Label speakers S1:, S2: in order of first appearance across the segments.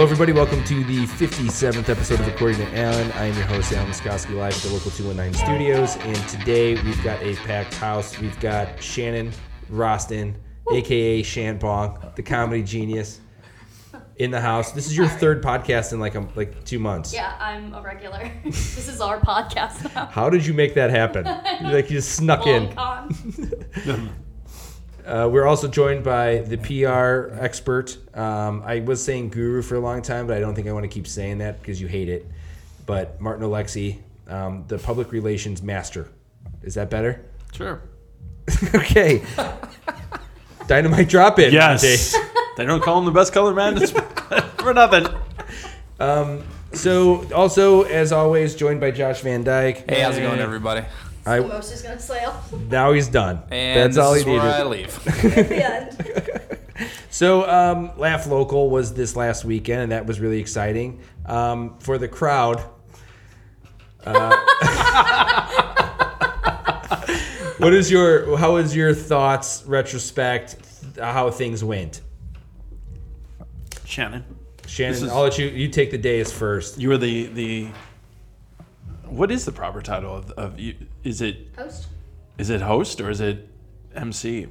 S1: everybody. Welcome to the 57th episode of According to Alan. I am your host, Alan Muskowski, live at the local 219 studios. And today we've got a packed house. We've got Shannon Rostin, aka Shan Bong, the comedy genius, in the house. This is your third podcast in like um, like two months.
S2: Yeah, I'm a regular. this is our podcast now.
S1: How did you make that happen? like you just snuck in.
S2: Long con.
S1: Uh, we're also joined by the PR expert. Um, I was saying guru for a long time, but I don't think I want to keep saying that because you hate it. But Martin Alexi, um, the public relations master. Is that better?
S3: Sure.
S1: okay. Dynamite drop in.
S3: Yes. they don't call him the best color man It's for nothing.
S1: So, also, as always, joined by Josh Van Dyke.
S4: Hey, how's it going, everybody?
S2: The most is gonna sail
S1: Now he's done.
S4: And
S1: That's
S4: this
S1: all he
S4: is where
S1: needed.
S4: I leave.
S2: at the end.
S1: So, um, Laugh Local was this last weekend, and that was really exciting um, for the crowd. uh, what is your? How is your thoughts retrospect? uh, How things went,
S3: Shannon,
S1: Shannon?
S3: This is-
S1: I'll let you. You take the days first.
S3: you were the the. What is the proper title of, of you? Is it
S2: Host.
S3: is it host or is it MC?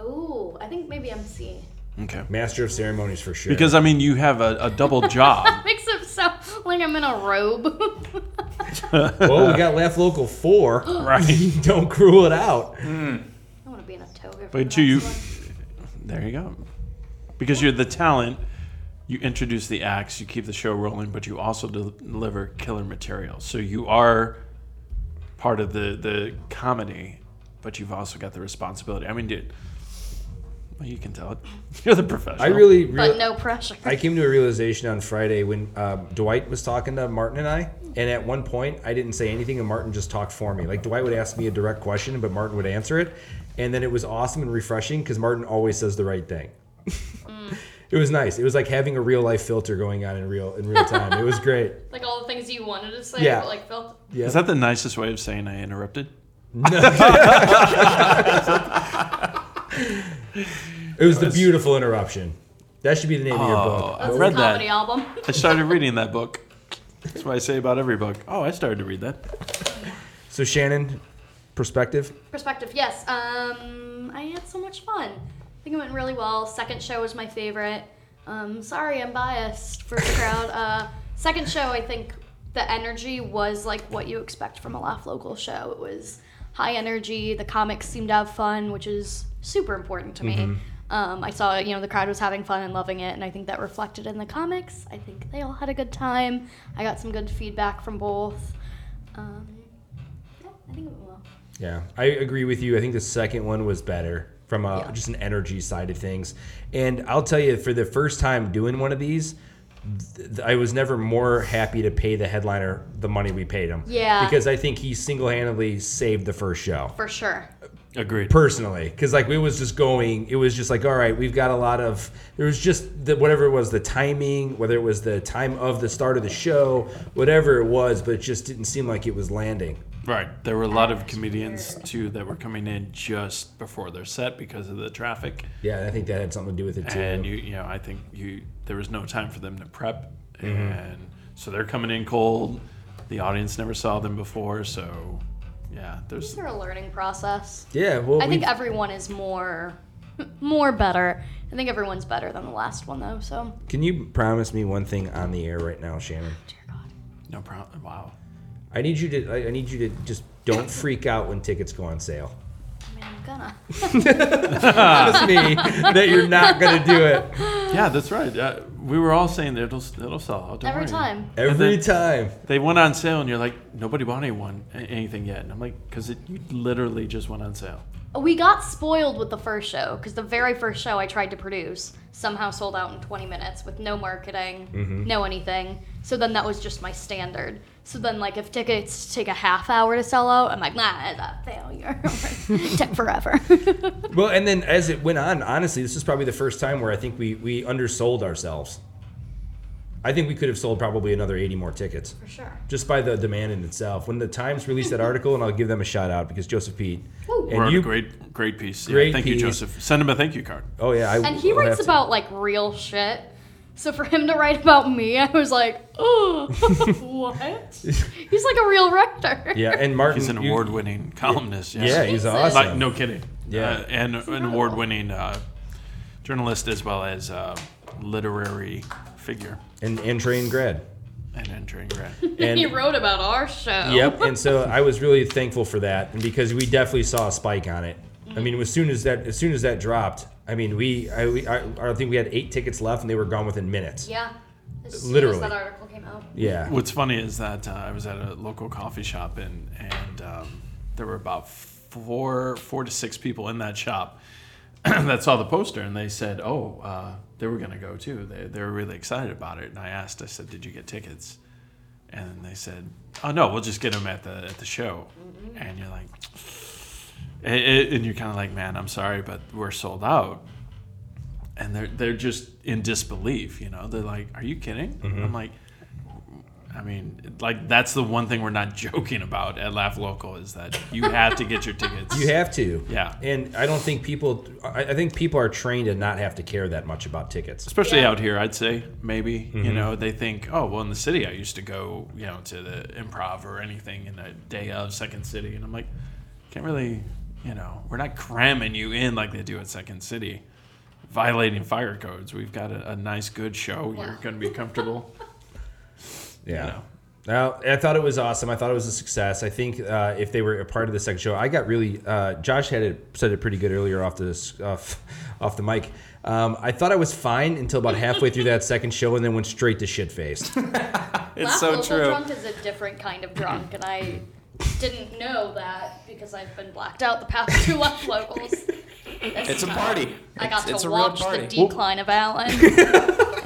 S2: Oh, I think maybe MC.
S3: Okay.
S1: Master of ceremonies for sure.
S3: Because I mean, you have a, a double job.
S2: Makes it sound like I'm in a robe.
S1: well, we got Laugh Local four.
S3: right. Mm-hmm.
S1: Don't gruel it out.
S2: I want to be in a toga. for
S3: But
S2: the
S3: do you?
S2: next one.
S3: There you go. Because you're the talent. You introduce the acts. You keep the show rolling, but you also del- deliver killer material. So you are part of the the comedy, but you've also got the responsibility. I mean, dude. Well, you can tell it. You're the professional.
S1: I really,
S2: But
S1: really
S2: no pressure.
S1: I came to a realization on Friday when um, Dwight was talking to Martin and I, and at one point I didn't say anything, and Martin just talked for me. Like Dwight would ask me a direct question, but Martin would answer it, and then it was awesome and refreshing because Martin always says the right thing. It was nice. It was like having a real life filter going on in real in real time. It was great.
S2: like all the things you wanted to say,
S1: Yeah.
S2: but like felt.
S3: Is that the nicest way of saying I interrupted?
S1: It was the beautiful interruption. That should be the name of your book.
S3: Oh, I
S2: That's
S3: read
S2: a comedy
S3: that.
S2: album.
S3: I started reading that book. That's what I say about every book. Oh, I started to read that.
S1: So Shannon, perspective.
S2: Perspective. Yes. Um, I had so much fun. I think it went really well. Second show was my favorite. Um, sorry, I'm biased for the crowd. Uh, second show, I think the energy was like what you expect from a Laugh Local show. It was high energy. The comics seemed to have fun, which is super important to me. Um, I saw, you know, the crowd was having fun and loving it, and I think that reflected in the comics. I think they all had a good time. I got some good feedback from both. Um, yeah, I think it went well.
S1: Yeah, I agree with you. I think the second one was better from a,
S2: Yeah.
S1: just an energy side of things. And I'll tell you, for the first time doing one of these, th- I was never more happy to pay the headliner the money we paid him.
S2: Yeah.
S1: Because I think he single handedly saved the first show
S2: For sure.
S3: Agreed.
S1: personally because like we was just going it was just like all right we've got a lot of there was just the, whatever it was the timing whether it was the time of the start of the show whatever it was but it just didn't seem like it was landing
S3: Right. There were a lot of comedians too that were coming in just before their set because of the traffic,
S1: yeah and i think that had something to do with it too
S3: and you, you know, I think you there was no time for them to prep, and so they're coming in cold. The audience never saw them before, so yeah,
S2: It's
S3: there's
S2: a learning process.
S1: yeah well
S2: I
S1: we've-
S2: think everyone is more, more better. I think everyone's better than the last one though. So,
S1: Can you promise me one thing on the air right now, Shannon?
S2: dear God.
S3: no problem. Wow.
S1: I need you to. I- I need you to just don't freak out when tickets go on sale.
S2: I mean, I'm gonna.
S3: Ah.
S1: Promise me that you're not gonna do it
S3: Yeah, that's right. Uh, we were all saying that it'll it'll sell out. don't
S2: Every
S3: worry.
S2: time.
S1: every time.
S3: They went on sale, and you're like, nobody bought anyone a- anything yet. And I'm like, because it you literally just went on sale.
S2: We got spoiled with the first show because the very first show I tried to produce somehow sold out in 20 minutes with no marketing, no anything. So then that was just my standard. So then, like, if tickets take a half hour to sell out, I'm like, nah, it's a failure. Take forever.
S1: Well, and then as it went on, honestly, this is probably the first time where I think we we undersold ourselves. I think we could have sold probably another 80 more tickets.
S2: For sure.
S1: just by the demand in itself. When the Times released that article, and I'll give them a shout out because Joseph Pete
S2: Woo.
S1: and
S3: Wrote
S1: you,
S3: a great great piece. Yeah,
S1: Great
S3: thank
S1: piece.
S3: you, Joseph. Send him a thank you card.
S1: oh yeah, I
S2: And he
S1: will
S2: writes
S1: have to-
S2: about like real shit. So for him to write about me, I was like, oh, what? He's like a real writer.
S1: Yeah, and Martin.
S3: He's an
S1: you-
S3: award-winning columnist. Yes.
S1: Yeah, he's
S2: Jesus.
S1: awesome.
S3: Like, no kidding.
S1: Yeah.
S3: Uh, and an
S2: incredible.
S3: award-winning uh, journalist as well as uh, literary figure
S1: and and trained grad.
S3: and entering grad.
S1: And
S2: he wrote about our show.
S1: Yep. And so I was really thankful for that, and because we definitely saw a spike on it. I mean, as soon as that as soon as that dropped, I mean, we I we, I, I think we had eight tickets left, and they were gone within minutes.
S2: Yeah. As soon as
S1: Literally.
S2: that article came out.
S1: Yeah.
S3: What's funny is that uh, I was at a local coffee shop and and um, there were about four four to six people in that shop that saw the poster and they said, "Oh, uh, they were going to go too. They they were really excited about it." And I asked, I said, "Did you get tickets?" And they said, "Oh no, we'll just get them at the at the show." And you're like. And- And and you're kind of like, man, I'm sorry, but we're sold out and they're they're just in disbelief. You know, they're like, "Are you kidding?" I'm like, I mean, like that's the one thing we're not joking about at Laugh Local is that you have to get your tickets.
S1: You have to.
S3: Yeah.
S1: And I don't think people. I, I think people are trained to not have to care that much about tickets.
S3: Especially
S2: Yeah.
S3: out here, I'd say maybe
S1: Mm-hmm.
S3: you know they think, oh well, in the city I used to go you know to the improv or anything in the day of Second City, and I'm like, can't really you know we're not cramming you in like they do at Second City, violating fire codes. We've got a, a nice good show. You're
S2: Wow.
S3: going to be comfortable.
S1: Yeah.
S3: know.
S1: Now, I thought it was awesome. I thought it was a success. I think uh, if they were a part of the second show, I got really. Uh, Josh had it said it pretty good earlier off the s- off, off the mic. Um, I thought I was fine until about halfway through that second show, and then went straight to shit faced.
S3: it's
S2: Laugh
S3: so
S2: Local
S3: true.
S2: Drunk is a different kind of drunk, and I didn't know that because I've been blacked out the past two Laugh Locals.
S4: It's a party.
S2: I got
S4: It's- it's
S2: to
S4: a real
S2: watch the
S4: party.
S2: decline of Alan. and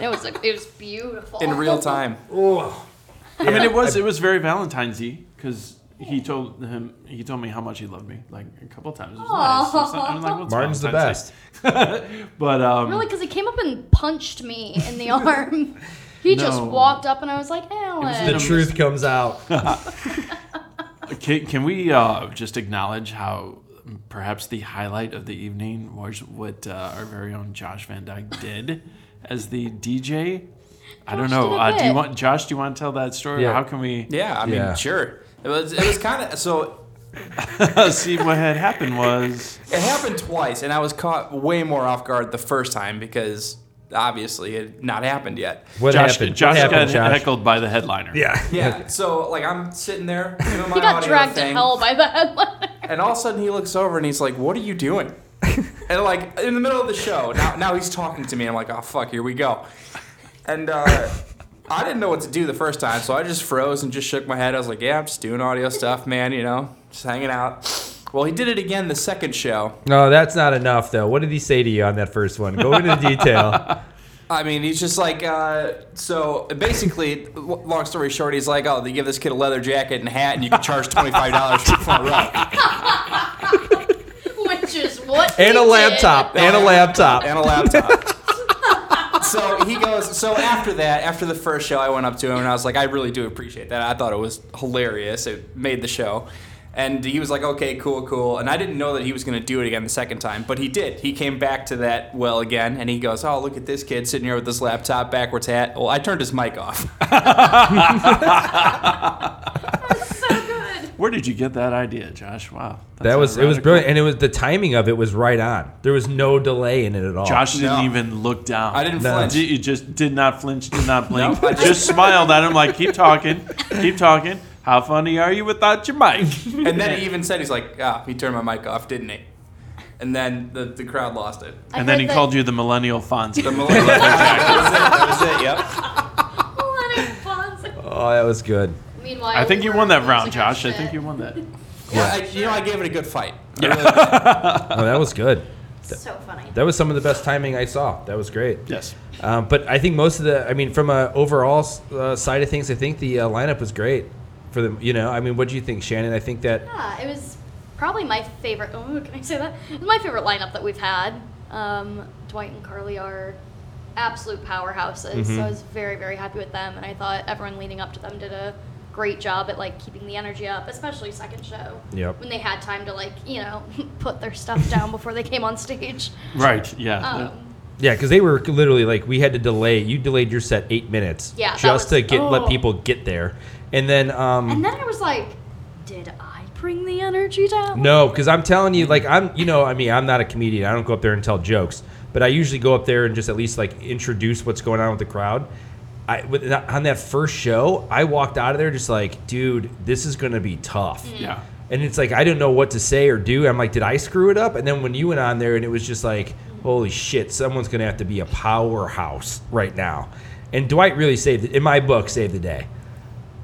S2: it was it was beautiful
S4: in real time.
S1: oh,
S3: I mean, it was it was very Valentine's-y because he told him he told me how much he loved me like a couple times. It was nice. It was not- I'm like, well, it's
S1: Martin's the
S3: Valentine's
S1: best.
S3: Day. but um,
S2: Really, because he came up and punched me in the arm. He just
S3: No.
S2: walked up and I was like, Alan.
S1: The truth comes out.
S3: can, can we uh, just acknowledge how perhaps the highlight of the evening was what uh, our very own Josh Van Dyke did as the DJ? I don't
S2: Josh
S3: know.
S2: did a
S3: Uh, do you
S2: bit.
S3: want Josh? Do you want to tell that story?
S1: Yeah.
S3: How can we
S4: Yeah, I mean,
S1: Yeah.
S4: sure. It was it was kind of so
S3: uh, see what had happened? Was
S4: it happened twice, and I was caught way more off guard the first time because obviously it had not happened yet.
S1: What
S3: Josh?
S1: happened?
S3: Josh
S1: what
S3: got
S1: happened, Josh?
S3: heckled by the headliner.
S1: Yeah.
S4: Yeah, so like I'm sitting there, doing my
S2: he got
S4: audio
S2: dragged to
S4: thing,
S2: hell by the headline.
S4: and all of a sudden he looks over and he's like, "What are you doing?" and like in the middle of the show, now now he's talking to me. And I'm like, "Oh fuck, here we go." And uh, I didn't know what to do the first time, so I just froze and just shook my head. I was like, "Yeah, I'm just doing audio stuff, man. You know, just hanging out." Well, he did it again the second show.
S1: No, that's not enough though. What did he say to you on that first one? Go into detail.
S4: I mean, he's just like, uh, so basically, l- long story short, he's like, oh, they give this kid a leather jacket and hat, and you can charge $25 for the front row.
S2: Which is what
S1: And
S2: he
S1: a
S2: did.
S1: laptop. And a laptop.
S4: And a laptop. so he goes, so after that, after the first show, I went up to him and I was like, I really do appreciate that. I thought it was hilarious. It made the show. And he was like, okay, cool, cool. And I didn't know that he was going to do it again the second time, but he did. He came back to that well again, and he goes, oh, look at this kid sitting here with this laptop, backwards hat. Well, I turned his mic off.
S3: Where did you get that idea, Josh? Wow,
S1: That was it was brilliant, and it was the timing of it was right on. There was no delay in it at all.
S3: Josh didn't
S4: No.
S3: even look down.
S4: I didn't
S1: No.
S4: flinch.
S3: Did- You just did not flinch, did not blink.
S4: No, I
S3: just smiled at him like, keep talking, keep talking. How funny are you without your mic?
S4: And then he even said, he's like, ah, he turned my mic off, didn't he? And then the, the crowd lost it.
S2: I
S3: and then
S2: heard
S3: he
S2: that-
S3: called you the millennial Fonzie.
S4: The millennial that was it. That was it. Yep.
S2: Let it buzz.
S1: Oh, that was good.
S2: Meanwhile,
S3: I think
S2: we
S3: you
S2: were
S3: won that
S2: losing
S3: round,
S2: our
S3: Josh. I
S2: shit.
S3: think you won that.
S4: Yeah. I, you know, I gave it a good fight. I
S3: Yeah.
S4: really did.
S1: Oh, that was good.
S2: So funny.
S1: That was some of the best timing I saw. That was great.
S3: Yes.
S1: Um, but I think most of the, I mean, from a overall uh, side of things, I think the uh, lineup was great for them. You know, I mean, what do you think, Shannon? I think that
S2: Yeah, it was probably my favorite. Oh, can I say that? It's my favorite lineup that we've had. Um, Dwight and Carly are absolute powerhouses,
S1: Mm-hmm.
S2: so I was very, very happy with them, and I thought everyone leading up to them did a great job at like keeping the energy up, especially second show.
S1: Yep.
S2: When they had time to like you know put their stuff down before they came on stage.
S4: Oh.
S3: Right, yeah.
S2: Um,
S1: Yeah, because they were literally like we had to delay. You delayed your set eight minutes,
S2: Yeah, that
S1: just
S2: was-
S1: to get
S2: oh.
S1: let people get there, and then um,
S2: And then I was like, did I bring the energy down?
S1: No, because I'm telling you, like I'm, you know, I mean, I'm not a comedian. I don't go up there and tell jokes, but I usually go up there and just at least like introduce what's going on with the crowd. I with, on that first show, I walked out of there just like, dude, this is gonna be tough.
S3: Yeah.
S1: And it's like I didn't know what to say or do. I'm like, did I screw it up? And then when you went on there, and it was just like, holy shit, someone's gonna have to be a powerhouse right now. And Dwight really saved, in my book, saved the day,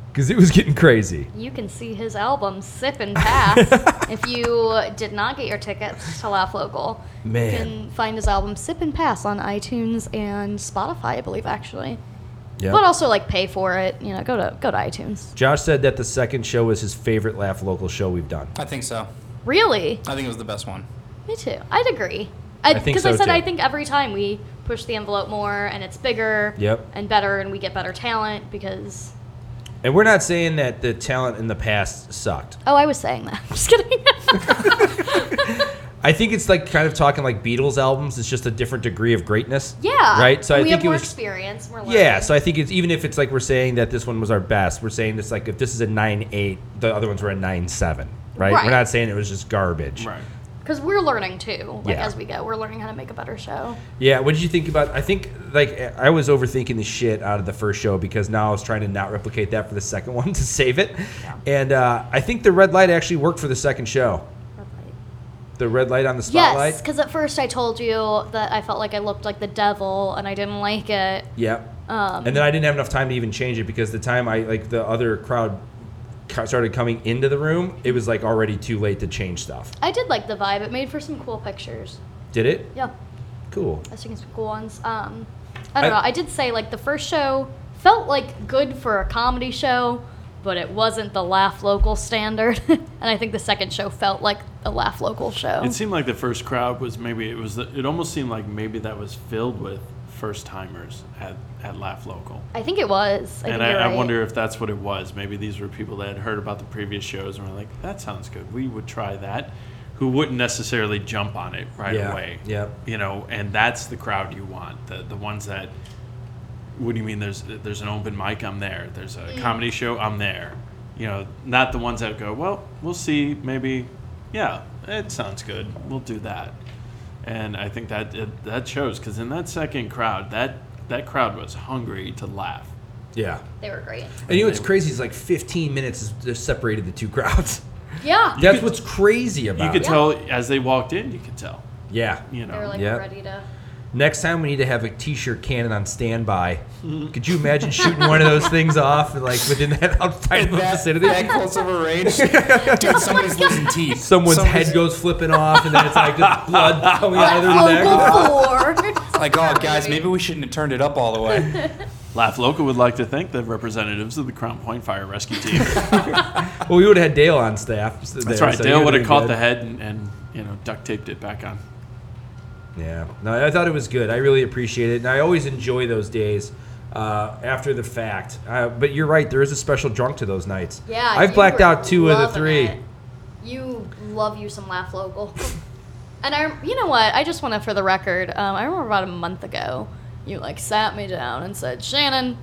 S1: because it was getting crazy.
S2: You can see his album Sip and Pass. if you did not get your tickets to Laugh Local,
S1: Man.
S2: you can find his album Sip and Pass on iTunes and Spotify, I believe, actually.
S1: Yeah.
S2: But also like pay for it. You know, go to go to iTunes.
S1: Josh said that the second show was his favorite Laugh Local show we've done.
S4: I think so.
S2: Really?
S4: I think it was the best one.
S2: Me too. I'd agree. I
S1: think
S2: because I,
S1: so,
S2: said
S1: too.
S2: I think every time we push the envelope more and it's bigger
S1: Yep.
S2: and better and we get better talent because
S1: And we're not saying that the talent in the past sucked.
S2: oh I was saying that. I'm just kidding.
S1: I think it's like kind of talking like Beatles albums. It's just a different degree of greatness.
S2: yeah.
S1: Right. So I
S2: we
S1: think
S2: have
S1: it
S2: more
S1: was.
S2: experience. More
S1: Yeah. So I think it's even if it's like we're saying that this one was our best, we're saying this like if this is a nine eight, the other ones were a nine seven. Right?
S2: Right.
S1: We're not saying it was just garbage.
S3: Right.
S2: because we're learning too. Like
S1: Yeah.
S2: as we go, we're learning how to make a better show.
S1: Yeah. What did you think about? I think like I was overthinking the shit out of the first show because now I was trying to not replicate that for the second one to save it. And uh, I think the red light actually worked for the second show. The red light on the spotlight.
S2: Yes, because at first I told you that I felt like I looked like the devil and I didn't like it.
S1: Yep.
S2: Um,
S1: and then I didn't have enough time to even change it because the time I like the other crowd co- started coming into the room, it was like already too late to change stuff.
S2: I did like the vibe. It made for some cool pictures.
S1: Did it?
S2: Yeah.
S1: Cool.
S2: I was thinking some cool ones. Um, I don't
S1: I-
S2: know. I did say like the first show felt like good for a comedy show, but it wasn't the laugh local standard. and I think the second show felt like a laugh local
S4: Oh.
S2: show.
S3: It seemed like the first crowd was maybe it was. The, it almost seemed like maybe that was filled with first timers at at Laugh Local.
S2: I think it was. I
S3: and
S2: think
S3: I,
S2: you're
S3: I
S2: right.
S3: wonder if that's what it was. Maybe these were people that had heard about the previous shows and were like, "That sounds good. We would try that." Who wouldn't necessarily jump on it right
S1: Yeah,
S3: away?
S1: yep.
S3: You know, and that's the crowd you want. The the ones that. What do you mean? There's there's an open mic. I'm there. There's a
S2: Mm.
S3: comedy show. I'm there. You know, not the ones that go. Well, we'll see. Maybe, yeah, it sounds good. We'll do that. And I think that it, that shows because in that second crowd, that that crowd was hungry to laugh.
S1: Yeah.
S2: they were great.
S1: And you know what's crazy is like 15 minutes is- just separated the two crowds.
S2: Yeah,
S1: That's
S3: could-
S1: what's crazy
S3: You
S1: about
S3: could
S1: it.
S3: tell as they walked in. You could tell.
S1: yeah.
S3: You
S2: they were
S3: know.
S2: like
S1: Yeah.
S2: ready to.
S1: Next time we need to have a t-shirt cannon on standby. Could you imagine shooting one of those things off like within that outside of the
S4: that,
S1: vicinity?
S4: that close of a range. Dude, somebody's losing teeth.
S1: Someone's
S4: Somebody's-
S1: head goes flipping off, and then it's like just blood coming out of their neck.
S2: Laugh local four.
S4: Like, oh, guys, maybe we shouldn't have turned it up all the way.
S3: Laugh Local would like to thank the representatives of the Crown Point Fire Rescue Team.
S1: Well, we would have had Dale on staff.
S3: That's right. Dale would have caught the head and, and you know duct taped it back on.
S1: Yeah. No, I thought it was good. I really appreciate it, and I always enjoy those days uh, after the fact. Uh, but you're right. There is a special drunk to those nights.
S2: Yeah,
S1: I've
S2: you
S1: blacked
S2: were
S1: out two of the
S2: loving
S1: three.
S2: it. You love you some laugh local, and I, you know what? I just want to, for the record, um, I remember about a month ago, you like sat me down and said, Shannon,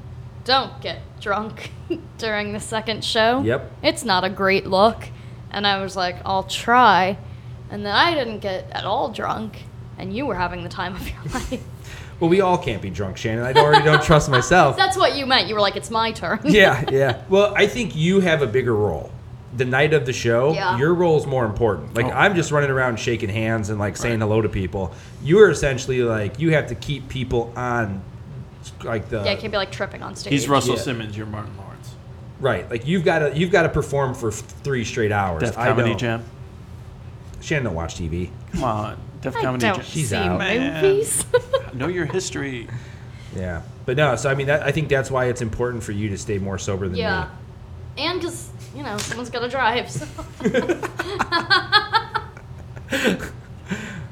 S2: don't get drunk during the second show.
S1: Yep.
S2: it's not a great look, and I was like, I'll try, and then I didn't get at all drunk, and you were having the time of your life.
S1: Well, we all can't be drunk, Shannon. I already don't trust myself.
S2: That's what you meant. You were like, it's my turn.
S1: yeah, yeah. Well, I think you have a bigger role. The night of the show,
S2: Yeah.
S1: your role is more important. Like
S3: Oh.
S1: I'm just running around shaking hands and like saying hello to people. You are essentially like you have to keep people on, like the
S2: yeah, it can't be like tripping on stage.
S3: He's Russell
S1: Yeah.
S3: Simmons. You're Martin Lawrence.
S1: right. Like you've got to you've got to perform for f- three straight hours.
S3: Deaf
S1: I
S3: Comedy
S1: don't-
S3: Jam.
S1: Shannon don't watch TV.
S3: Come on, Deaf
S2: I
S3: Comedy
S2: don't
S3: Jam.
S1: She's
S2: see
S1: out.
S3: Man.
S2: movies.
S3: Know your history.
S1: Yeah, but no. So I mean, that, I think that's why it's important for you to stay more sober than
S2: Yeah.
S1: me.
S2: And because, you know, someone's got to drive. So.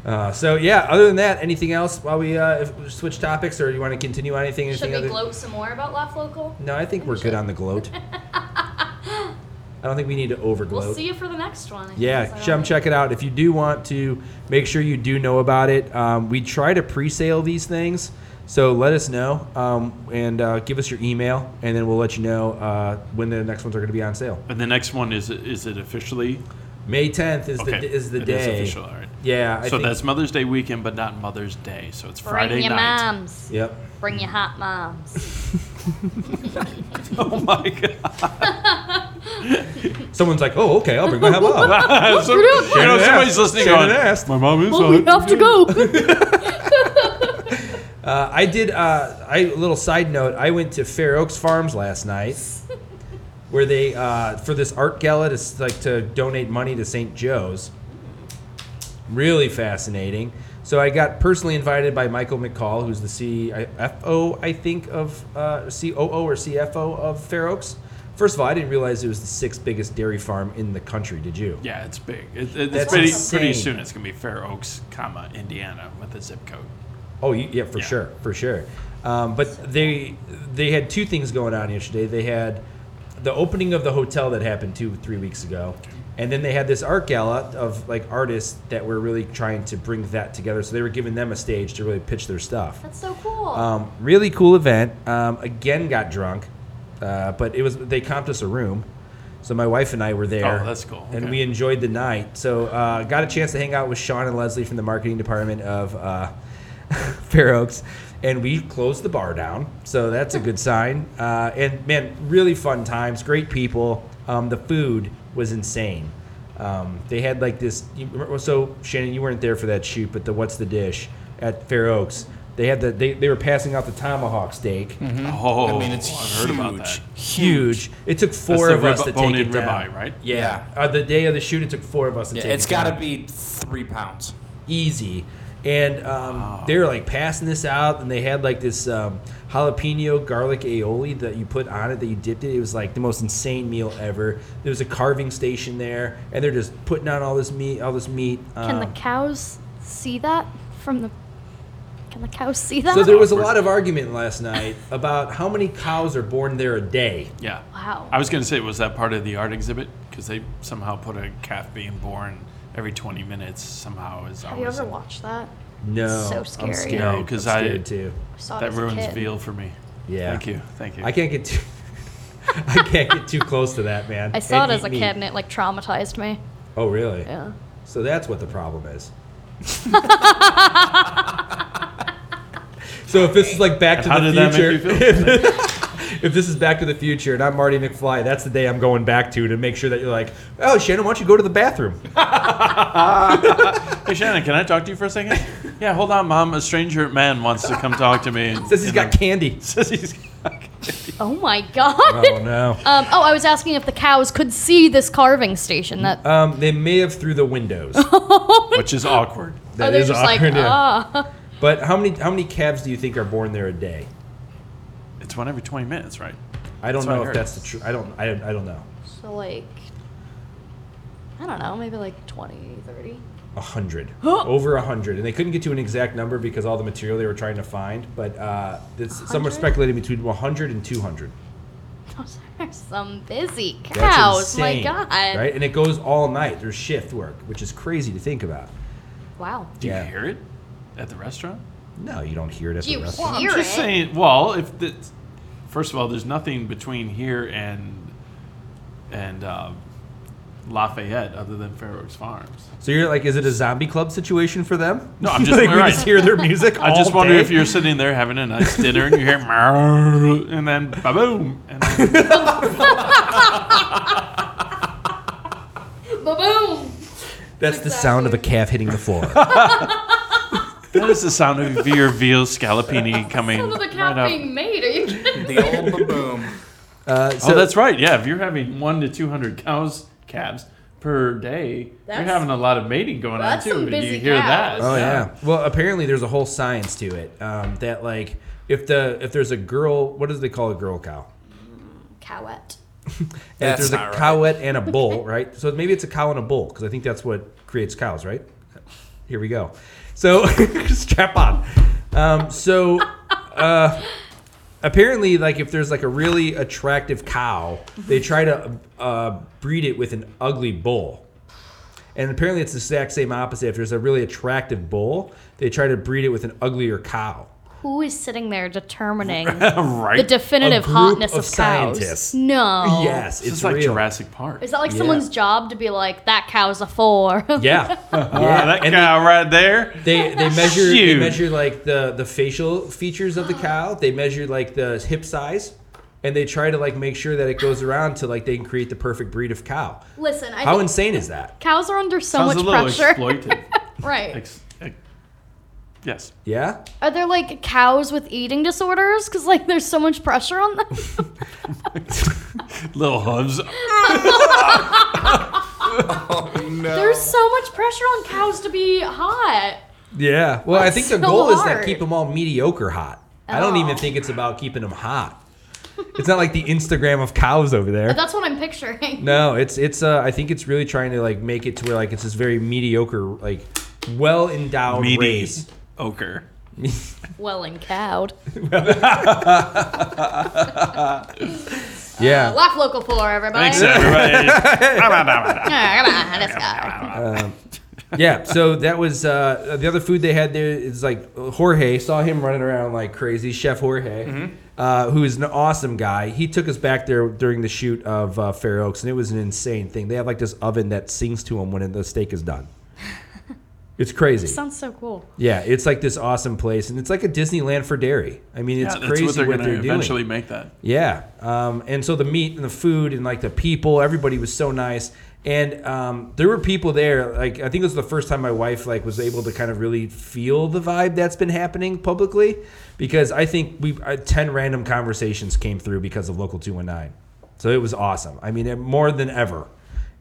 S1: Uh, so yeah. Other than that, anything else? While we uh, if, we switch topics, or you want to continue on anything?
S2: Should
S1: anything
S2: we
S1: other-
S2: gloat some more about Laugh Local?
S1: No, I think we're good on the gloat. I don't think we need to overgloat.
S2: We'll see you for the next one. I guess. I
S1: Yeah,
S2: don't
S1: come
S2: know.
S1: check it out. If you do want to, make sure you do know about it. Um, we try to pre-sale these things, so let us know um, and uh, give us your email, and then we'll let you know uh, when the next ones are going to be on sale.
S3: And the next one is is it officially?
S1: May 10th is
S3: Okay,
S1: the is the
S3: it is
S1: day.
S3: official. All right.
S1: Yeah. I
S3: so
S1: think-
S3: that's Mother's Day weekend, but not Mother's Day. So it's
S2: Bring
S3: Friday
S2: your
S3: night.
S2: moms.
S1: Yep.
S2: Bring your hot moms.
S3: Oh my god!
S1: Someone's like, "Oh, okay, I'll bring my mom." up.
S3: So- you know, somebody's listening.
S1: Shannon
S3: Going,
S1: asked.
S3: My mom is
S2: well, Oh, we have to go.
S1: Uh, I did. Uh, I a little side note. I went to Fair Oaks Farms last night, where they uh, for this art gala to s- like to donate money to St. Joe's. Really fascinating. So I got personally invited by Michael McCall, who's the CFO, I think, of uh, COO or CFO of Fair Oaks. First of all, I didn't realize it was the sixth biggest dairy farm in the country. Did you?
S3: Yeah, it's big. It, it,
S1: That's
S3: it's pretty,
S1: insane.
S3: pretty soon. It's gonna be Fair Oaks, comma Indiana with a zip code.
S1: Oh, you, yeah, for
S3: Yeah.
S1: sure, for sure. Um, but they they had two things going on yesterday. They had the opening of the hotel that happened two three weeks ago, and then they had this art gala of like artists that were really trying to bring that together. So they were giving them a stage to really pitch their stuff.
S2: That's so cool.
S1: Um, really cool event. Um, again, got drunk, uh, but it was they comped us a room, so my wife and I were there.
S3: Oh, that's cool.
S1: And
S3: Okay.
S1: we enjoyed the night. So uh, got a chance to hang out with Sean and Leslie from the marketing department of uh, Fair Oaks, and we closed the bar down. So that's a good sign. Uh, and man, really fun times. Great people. Um, the food was insane. Um, they had like this. You remember, so Shannon, you weren't there for that shoot, but the what's the dish at Fair Oaks? They had the they, they were passing out the tomahawk steak,
S3: Oh,
S4: I mean, it's
S3: I've
S4: huge.
S3: heard about that.
S1: huge. It took four
S3: the
S1: of us
S3: rib-
S1: to take
S3: bone-in
S1: it down.
S3: ribeye, right?
S1: Yeah. Uh, the day of the shoot, it took four of us to
S4: Yeah,
S1: take
S4: it's
S1: it
S4: got to
S1: down.
S4: be three pounds.
S1: easy. And um,
S3: Oh.
S1: they were like passing this out, and they had like this um, jalapeno garlic aioli that you put on it that you dipped it. It was like the most insane meal ever. There was a carving station there, and they're just putting on all this meat, all this meat.
S2: Can the
S1: um,
S2: cows see that from the? Can the cows see that?
S1: so there was a lot of argument last night about how many cows are born there a day.
S3: Yeah.
S2: Wow.
S3: I was gonna say, was that part of the art exhibit? Because they somehow put a calf being born every 20 minutes. Somehow is
S2: Have you
S3: always
S2: ever watched that?
S1: No,
S2: So
S1: I'm
S2: scary.
S1: scared.
S3: No,
S1: I'm
S3: 'cause I-
S1: scared, too.
S2: I saw it
S3: that
S2: as a
S3: ruins
S2: kid.
S3: veal for me.
S1: Yeah.
S3: Thank you. Thank you.
S1: I can't get too. I can't get too close to that, man.
S2: I saw
S1: And
S2: it as
S1: eat
S2: a
S1: meat.
S2: kid, and it like traumatized me.
S1: Oh, really?
S2: Yeah.
S1: So that's what the problem is. so if this is like Back to
S3: How
S1: the
S3: did that
S1: Future,
S3: make you feel?
S1: if this is Back to the Future, and I'm Marty McFly, that's the day I'm going back to to make sure that you're like, oh, Shannon, why don't you go to the bathroom?
S3: hey, Shannon, can I talk to you for a second? yeah, hold on, Mom. A stranger man wants to come talk to me.
S1: Says he's got candy.
S3: Says he's got.
S2: Oh my god.
S1: Oh no.
S2: Um, oh, I was asking if the cows could see this carving station. That
S1: Um, they may have through the windows.
S3: Which is awkward.
S1: That
S2: oh, they're
S1: is
S2: just like,
S1: awkward, yeah.
S2: ah.
S1: But how many how many calves do you think are born there a day?
S3: It's one every 20 minutes, right?
S1: I don't
S3: That's what I
S1: know if
S3: heard.
S1: that's the truth. I don't. I, I don't know.
S2: So like, I don't know, maybe like 20, 30.
S1: A hundred, over a hundred, and they couldn't get to an exact number because all the material they were trying to find. But uh, this, some are
S2: 100?
S1: speculating between 100 and 200.
S2: Those are some busy
S1: That's
S2: cows. My
S1: insane,
S2: God.
S1: Right, and it goes all night. There's shift work, which is crazy to think about.
S2: Wow.
S3: Do
S1: Yeah.
S3: you hear it at the restaurant?
S1: No, you don't hear it at
S2: Do
S1: the
S2: you
S1: restaurant.
S2: hear
S3: I'm just
S2: it?
S3: saying. Well, if the, first of all, there's nothing between here and and uh, Lafayette other than Fair Oaks Farms.
S1: So you're like, is it a zombie club situation for them?
S3: No, I'm just-
S1: like, we
S3: right.
S1: just hear their music.
S3: I just
S1: all
S3: wonder
S1: day?
S3: if you're sitting there having a nice dinner and you hear "Meow," and then ba boom and then-
S2: Boom.
S1: That's the sound of a
S2: Exactly.
S1: calf hitting the floor. Uh,
S3: that is the sound of your veal scallopini coming
S2: Some of the
S3: right
S2: cow
S3: up.
S2: being made. Are you kidding?
S4: The old ba-boom.
S1: uh, so
S3: Oh, that's right. Yeah, if you're having one to two hundred cows calves per day,
S2: That's-
S3: you're having a lot of mating going
S2: That's
S3: on too.
S2: some
S3: and
S2: busy
S3: you hear
S2: cows.
S3: that?
S1: Oh yeah. Well, apparently there's a whole science to it. Um, that like if the if there's a girl, what do they call a girl cow?
S2: Cowette.
S1: And if
S4: That's
S1: there's a
S4: not right.
S1: cowette and a bull, right? So maybe it's a cow and a bull because I think that's what creates cows, right? Here we go. So strap on. Um, so uh, apparently, like if there's like a really attractive cow, they try to uh, breed it with an ugly bull. And apparently, it's the exact same opposite. If there's a really attractive bull, they try to breed it with an uglier cow.
S2: Who is sitting there determining
S3: right.
S2: the definitive
S1: group
S2: hotness
S1: of
S2: of, cows?
S1: scientists.
S2: No.
S1: Yes,
S3: This
S1: it's
S3: is like
S1: real.
S3: Jurassic Park.
S2: Is that like someone's job to be like that cow's a four?
S1: Yeah,
S3: Wow,
S1: yeah.
S3: Uh, that
S1: And
S3: guy right there.
S1: they they measure they
S3: Huge.
S1: measure like the the facial features of the cow. They measure like the hip size, and they try to like make sure that it goes around to like they can create the perfect breed of cow.
S2: Listen, I
S1: How
S2: think
S1: insane is that?
S2: cows are under so
S3: Sounds
S2: much
S3: a little
S2: pressure.
S3: exploited.
S2: right.
S3: Ex- ex- yes.
S1: Yeah,
S2: Are there like cows with eating disorders? Because like there's so much pressure on them.
S3: Little hooves.
S2: there's so much pressure on cows to be hot.
S1: yeah. Well, I
S2: That's
S1: think the
S2: so
S1: goal is
S2: hard.
S1: that keep them all mediocre hot. I don't
S2: Oh.
S1: even think it's about keeping them hot. It's not like the Instagram of cows over there.
S2: That's what I'm picturing.
S1: No, it's it's. Uh, I think it's really trying to like make it to where like it's this very mediocre, like well endowed
S3: Meaty.
S1: race.
S3: Ochre.
S2: Well and cowed.
S1: Yeah.
S2: Laugh local four, everybody.
S3: Thanks, everybody.
S2: Yeah, come on, let's go.
S1: yeah. So that was uh, the other food they had there is like Jorge saw him running around like crazy. Chef Jorge,
S3: Mm-hmm.
S1: uh, who is an awesome guy. He took us back there during the shoot of uh, Fair Oaks, and it was an insane thing. They have like this oven that sings to them when the steak is done. It's crazy.
S2: Sounds so cool.
S1: yeah, it's like this awesome place, and it's like a Disneyland for dairy. I mean, it's
S3: Yeah, that's
S1: crazy
S3: what they're
S1: what
S3: going
S1: they're
S3: to
S1: doing.
S3: eventually make that.
S1: Yeah. Um, and so the meat and the food and like the people, everybody was so nice. And um, there were people there. Like I think it was the first time my wife like was able to kind of really feel the vibe that's been happening publicly, because I think we uh, ten random conversations came through because of local two one nine. So it was awesome. I mean, it, more than ever,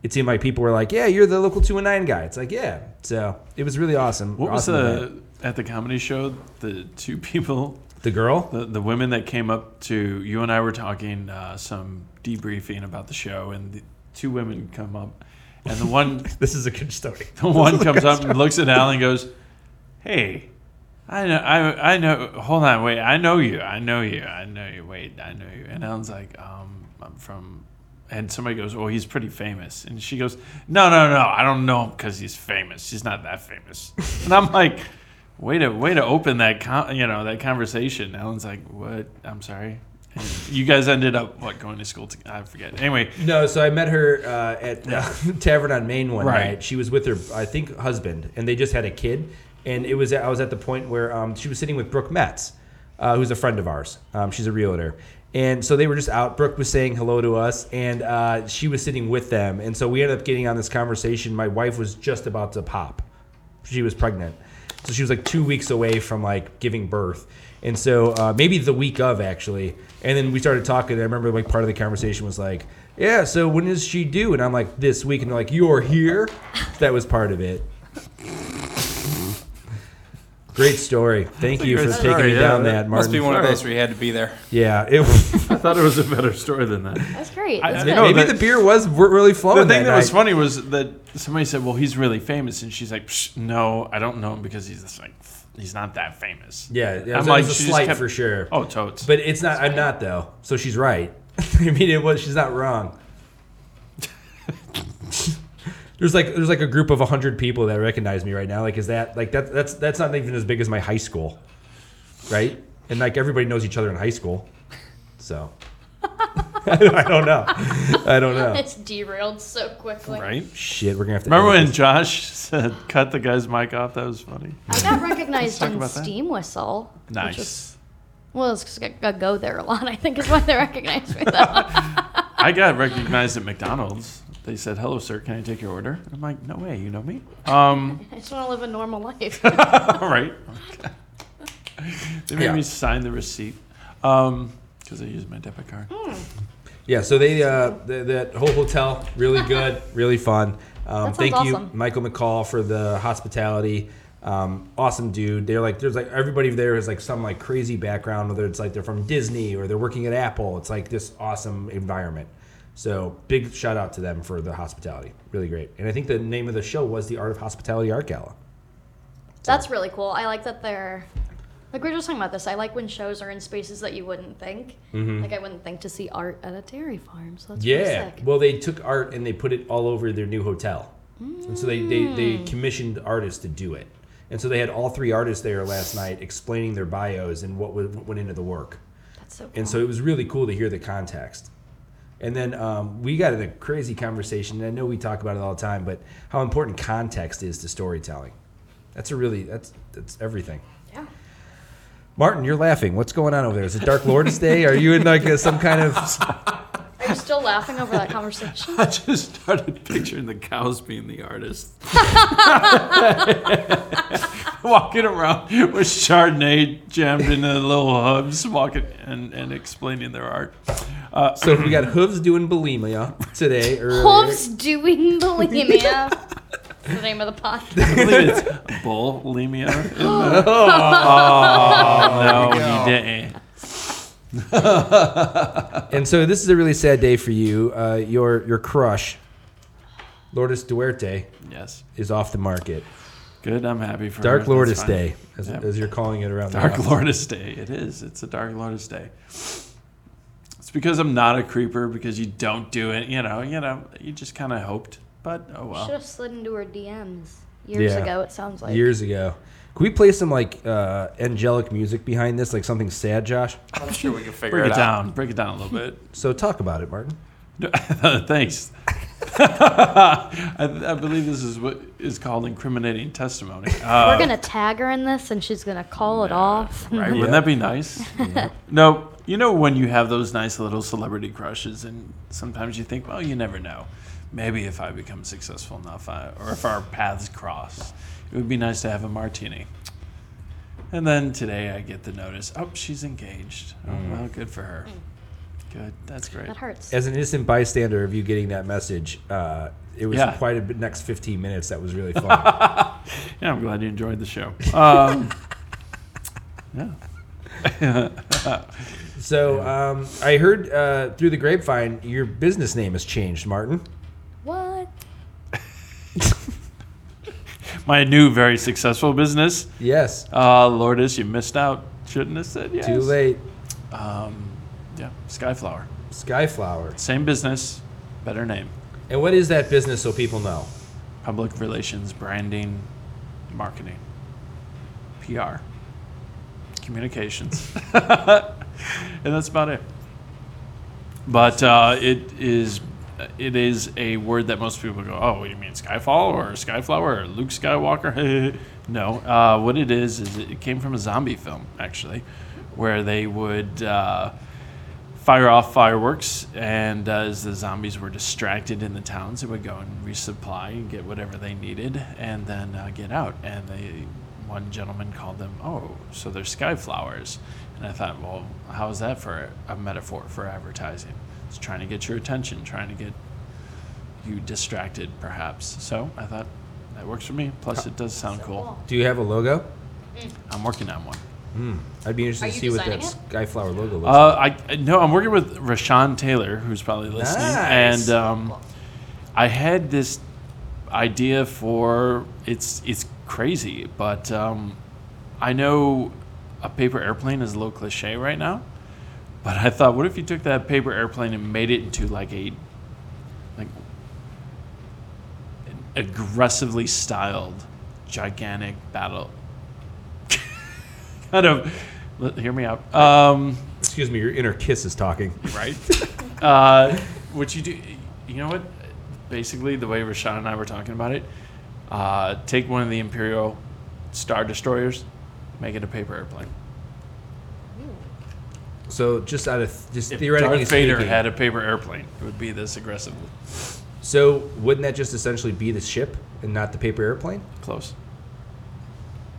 S1: it seemed like people were like, "Yeah, you're the local two one nine guy." It's like, yeah. So it was really awesome.
S3: What was
S1: Awesome
S3: the
S1: event.
S3: at the comedy show? The two people,
S1: the girl?
S3: the, the women that came up to you and I were talking uh, some debriefing about the show, and the two women come up, and the one
S1: This is a good story.
S3: the one comes up and looks at Al and goes, "Hey, I know, I, I know. Hold on, wait. I know you. I know you. I know you. Wait, I know you." And Alan's like, "Um, I'm from." And somebody goes, "Oh, he's pretty famous." And she goes, "No, no, no. I don't know him because he's famous. He's not that famous." and I'm like, "Way to way to open that con- you know that conversation." Alan's like, "What? I'm sorry." And you guys ended up what going to school? To, I forget. Anyway,
S1: No, so I met her uh, at uh, Tavern on Main one
S3: Right.
S1: night. She was with her, I think, husband, and they just had a kid. And it was I was at the point where um, she was sitting with Brooke Metz, uh, who's a friend of ours. Um, she's a realtor. And so they were just out. Brooke was saying hello to us, and uh, she was sitting with them. And so we ended up getting on this conversation. My wife was just about to pop. She was pregnant. So she was like two weeks away from like giving birth. And so uh, maybe the week of actually. And then we started talking. I remember like part of the conversation was like, yeah, so when is she due? And I'm like, this week. And they're like, you're here? That was part of it. Great story. Thank you for
S3: great
S1: taking
S3: story.
S1: me
S3: Yeah,
S1: down
S3: that
S1: that, Martin.
S4: Must be one of
S3: Sorry.
S4: those where you had to be there.
S1: Yeah. It was,
S3: I thought it was a better story than that.
S2: That's great.
S3: I-
S2: That's
S3: I
S2: good.
S3: know.
S1: maybe
S3: that-
S1: the beer was w- really flowing.
S3: The thing that was
S1: night.
S3: funny was that somebody said, "Well, he's really famous," and she's like, Psh, "No, I don't know him because he's just like he's not that famous."
S1: Yeah, yeah,
S3: I'm
S1: so it was a
S3: she just
S1: slight
S3: kept-
S1: for sure.
S3: Oh, totes.
S1: But it's not. I'm not though. So she's right. I mean, it was. She's not wrong. there's like there's like a group of hundred people that recognize me right now. Like, is that like that? That's that's not even as big as my high school, right? And like everybody knows each other in high school, so I don't I don't know. I don't know.
S2: It's derailed so quickly.
S3: right?
S1: Shit, we're gonna have to.
S3: Remember
S1: edit
S3: when
S1: this.
S3: Josh said, "Cut the guy's mic off"? That was funny.
S2: I got recognized
S3: talk
S2: in
S3: about that.
S2: Steam Whistle. which
S3: Nice.
S2: was- well, it's 'cause I got go there a lot. I think is why they recognized me. Though.
S3: I got recognized at McDonald's. They said, "Hello, sir. Can I take your order?" I'm like, "No way. You know me." Um,
S2: I just want to live a normal life.
S3: all right. Okay. They made
S1: Yeah.
S3: me sign the receipt because I used my debit card.
S1: Yeah, so they uh, th- that whole hotel really good, really fun. Um,
S2: That sounds
S1: thank
S2: awesome.
S1: you, Michael McCall, for the hospitality. Um, awesome dude. They're like, there's like everybody there has like some like crazy background, whether it's like they're from Disney or they're working at Apple. It's like this awesome environment. So big shout out to them for the hospitality. Really great. And I think the name of the show was the Art of Hospitality Art Gala.
S2: That's really cool. I like that they're Like we were just talking about this. I like when shows are in spaces that you wouldn't think.
S3: Mm-hmm.
S2: Like I wouldn't think to see art at a dairy farm. So that's pretty
S1: Yeah.
S2: sick.
S1: Well, they took art and they put it all over their new hotel. And so they, they, they commissioned artists to do it. And so they had all three artists there last night explaining their bios and what wa- what went into the work.
S2: That's so. Cool.
S1: And so it was really cool to hear the context. And then um, we got in a crazy conversation. And I know we talk about it all the time, but how important context is to storytelling. That's a really, that's, that's everything.
S2: yeah.
S1: Martin, you're laughing. What's going on over there? Is it Dark Lord's Day? Are you in like a, some kind of
S2: Are you still laughing over that conversation?
S3: I just started picturing the cows being the artist. walking around with Chardonnay jammed into little hubs, walking and, and explaining their art. Uh,
S1: So we got hooves doing bulimia today. Earlier.
S2: Hooves doing bulimia. That's the name of the podcast.
S3: I believe it's bulimia. isn't it? oh, no,
S4: go.
S3: he didn't.
S1: And so this is a really sad day for you. Uh, your your crush, Lourdes Duarte,
S3: Yes.
S1: is off the market.
S3: Good. I'm happy for
S1: Dark
S3: her. That's
S1: Lourdes
S3: fine.
S1: Day, as,
S3: Yep.
S1: as you're calling it around. the
S3: Dark
S1: office.
S3: Lourdes Day. It is. It's a Dark Lourdes Day. It's because I'm not a creeper because you don't do it. You know. You know. You just kind of hoped. But oh well.
S2: Should have slid into her DMs years
S1: Yeah.
S2: ago. It sounds like.
S1: Years ago. Can we play some like uh, angelic music behind this, like something sad, Josh?
S4: I'm sure we can figure
S3: Break
S4: it,
S3: it
S4: out.
S3: down. Break it down a little bit.
S1: So talk about it, Martin.
S3: No, Thanks. I, I believe this is what is called incriminating testimony. Uh,
S2: We're gonna tag her in this, and she's gonna call it off.
S3: right? Wouldn't that be nice? no, you know when you have those nice little celebrity crushes, and sometimes you think, well, you never know. Maybe if I become successful enough, I, or if our paths cross, it would be nice to have a martini. And then today I get the notice. Oh, she's engaged. Oh, well, good for her. Good. That's great.
S2: That hurts.
S1: As an innocent bystander of you getting that message, uh, it was
S3: Yeah.
S1: quite a bit next 15 minutes. That was really fun.
S3: Yeah, I'm glad you enjoyed the show. Um, yeah.
S1: so um, I heard uh, through the grapevine your business name has changed, Martin.
S2: What?
S3: My new, very successful business.
S1: Yes.
S3: Uh, Lourdes, you missed out. Shouldn't have said yes.
S1: Too late.
S3: Yeah, Skyflower.
S1: Skyflower.
S3: Same business, better name.
S1: And what is that business so people know?
S3: Public relations, branding, marketing, PR, communications. and that's about it. But uh, it is it is a word that most people go, oh, what do you mean Skyfall or Skyflower or Luke Skywalker? no, uh, what it is is it came from a zombie film actually, where they would uh, fire off fireworks, and uh, as the zombies were distracted in the towns, they would go and resupply and get whatever they needed, and then uh, get out. And they, one gentleman called them, "Oh, so they're skyflowers." And I thought, well, how is that for a metaphor for advertising? It's trying to get your attention, trying to get you distracted, perhaps. So I thought that works for me. Plus, it does sound cool.
S1: Do you have a logo?
S3: I'm working on one.
S1: I'd be interested
S2: Are
S1: to
S2: you
S1: see what that
S2: designing
S1: Skyflower logo looks like.
S3: Uh, I no, I'm working with Rashawn Taylor, who's probably listening,
S1: Nice.
S3: and um, I had this idea for it's it's crazy, but um, I know a paper airplane is a little cliche right now, but I thought, what if you took that paper airplane and made it into like a like an aggressively styled gigantic battle kind of let- hear me out um
S1: Excuse me, your inner kiss is talking.
S3: right? uh, what you do, you know what? Basically, the way Rashawn and I were talking about it, uh, take one of the Imperial Star Destroyers, make it a paper airplane.
S1: So just out of just
S3: If
S1: theoretically
S3: Darth Vader
S1: speaking,
S3: had a paper airplane, it would be this aggressive.
S1: so wouldn't that just essentially be the ship and not the paper airplane?
S3: Close.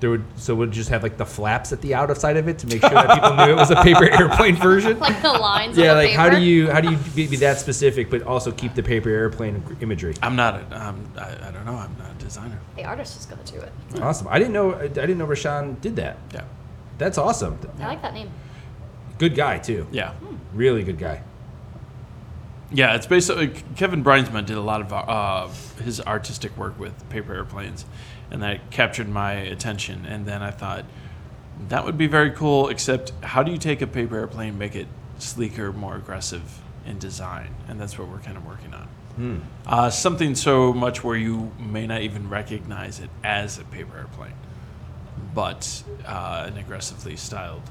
S1: There would so would it just have like the flaps at the outside of it to make sure that people knew it was a paper airplane version.
S2: Like the lines.
S1: yeah,
S2: on the
S1: like how do
S2: paper?
S1: you how do you be, be that specific but also keep the paper airplane imagery?
S3: I'm not a, I'm, I, I don't know, I'm not a designer.
S2: The artist is gonna do it.
S1: Awesome. I didn't know I didn't know Rashawn did that.
S3: Yeah.
S1: That's awesome.
S2: I like that name.
S1: Good guy too.
S3: Yeah.
S1: Really good guy.
S3: Yeah, it's basically Kevin Brinsman did a lot of uh, his artistic work with paper airplanes, and that captured my attention. And then I thought, That would be very cool, except how do you take a paper airplane, make it sleeker, more aggressive in design? And that's what we're kind of working on. Uh, something so much where you may not even recognize it as a paper airplane, but uh, an aggressively styled.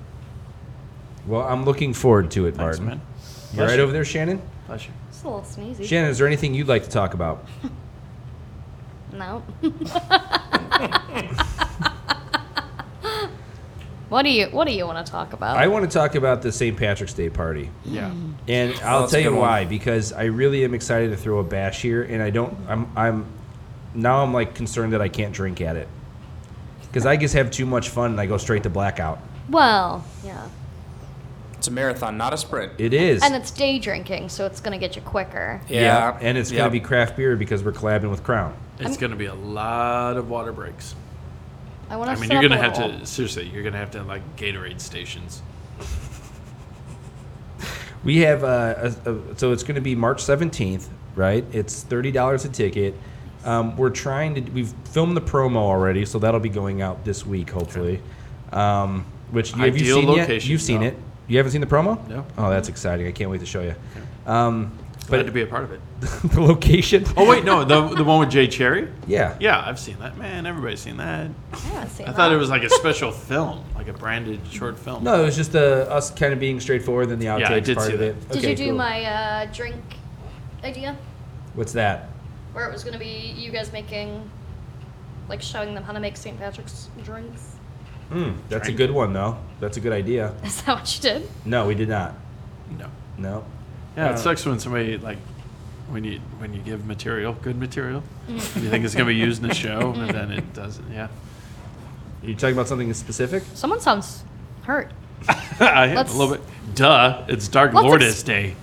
S1: Well, I'm looking forward to it,
S3: Thanks,
S1: Martin.
S3: man.
S1: You all
S3: Bless
S1: right
S3: you.
S1: over there, Shannon?
S3: Bless you.
S2: It's a little sneezy.
S1: Shannon, is there anything you'd like to talk about?
S2: No. what do you What do you want to talk about?
S1: I want to talk about the St. Patrick's Day party.
S3: Yeah.
S1: And I'll
S4: that's a
S1: tell you
S4: good one.
S1: why because I really am excited to throw a bash here and I don't I'm I'm now I'm like concerned that I can't drink at it. Cuz I just have too much fun and I go straight to blackout.
S2: well, yeah,
S4: It's a marathon, not a sprint.
S1: It is.
S2: and it's day drinking, so it's gonna get you quicker.
S1: yeah, and it's
S4: yeah.
S1: going to be craft beer because we're collabing with Crown.
S3: It's going to be a lot of water breaks.
S2: I want to.
S3: I mean, you're going to have to, seriously, you're going to have to have like Gatorade stations.
S1: We have uh, a, a, so it's going to be March seventeenth, right? It's thirty dollars a ticket. Um, we're trying to. We've filmed the promo already, so that'll be going out this week, hopefully. Um, which you, have you
S3: Ideal
S1: seen yet?
S3: location,
S1: You've seen
S3: though.
S1: it. You haven't seen the promo?
S3: No.
S1: Oh, that's exciting! I can't wait to show you. Um,
S3: Glad
S1: but
S3: to be a part of it.
S1: the location.
S3: Oh, wait, no, the, the one with Jay Cherry?
S1: Yeah.
S3: Yeah, I've seen that. Man, everybody's seen that.
S2: Yeah, see
S3: I
S2: that.
S3: thought it was like a special film, like a branded short film.
S1: No, it was just uh, us kind of being straightforward in the outtakes
S3: I did
S1: part
S3: see
S1: of
S3: that.
S1: it.
S2: Did
S1: Okay,
S2: you do
S1: cool.
S2: my uh, drink idea,
S1: What's that?
S2: where it was gonna be you guys making, like, showing them how to make St. Patrick's drinks?
S1: Mm, that's a
S3: Drink.
S1: good one, though. That's a good idea.
S2: Is that what you did?
S1: No, we did not.
S3: No.
S1: No.
S3: Yeah,
S1: Uh,
S3: it sucks when somebody like when you when you give material, good material, and
S2: Mm-hmm.
S3: you think it's gonna be used in a show, and then it doesn't. Yeah,
S1: You talking about something specific?
S2: Someone sounds hurt.
S3: I am a
S2: Let's-
S3: little bit. Duh, it's Dark
S2: Let's
S3: Lordis
S2: ex-
S3: Day.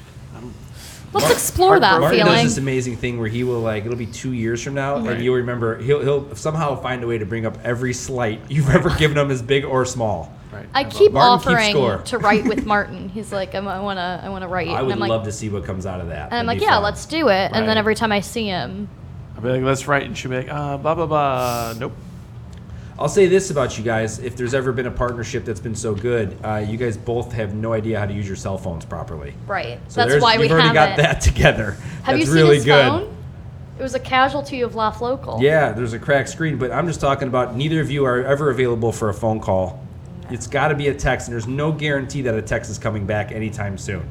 S2: Let's explore that
S1: Martin
S2: feeling.
S1: does this amazing thing where he will like it'll be two years from now,
S3: Right.
S1: and you'll remember he'll he'll somehow find a way to bring up every slight you've ever given him, as big or small.
S3: Right.
S2: I
S3: love
S2: keep
S3: it.
S1: Martin keeps score.
S2: offering to write with Martin. He's like, I'm, I wanna, I wanna write.
S1: I
S2: and
S1: would
S2: I'm like,
S1: love to see what comes out of that.
S2: And I'm
S1: That'd
S2: like,
S1: be
S2: yeah,
S1: fun.
S2: let's do it. And
S1: Right.
S2: then every time I see him,
S3: I'll be like, let's write, and she'll be like, uh, blah blah blah. Nope.
S1: I'll say this about you guys: if there's ever been a partnership that's been so good, uh, you guys both have no idea how to use your cell phones properly.
S2: right.
S1: So
S2: That's
S1: there's-
S2: why
S1: you've
S2: we
S1: already
S2: have
S1: got
S2: it.
S1: that together.
S2: Have
S1: that's
S2: you seen
S1: really
S2: his
S1: good.
S2: phone? It was a casualty of Laugh Local.
S1: Yeah, there's a cracked screen, but I'm just talking about neither of you are ever available for a phone call. It's got to be a text, and there's no guarantee that a text is coming back anytime soon.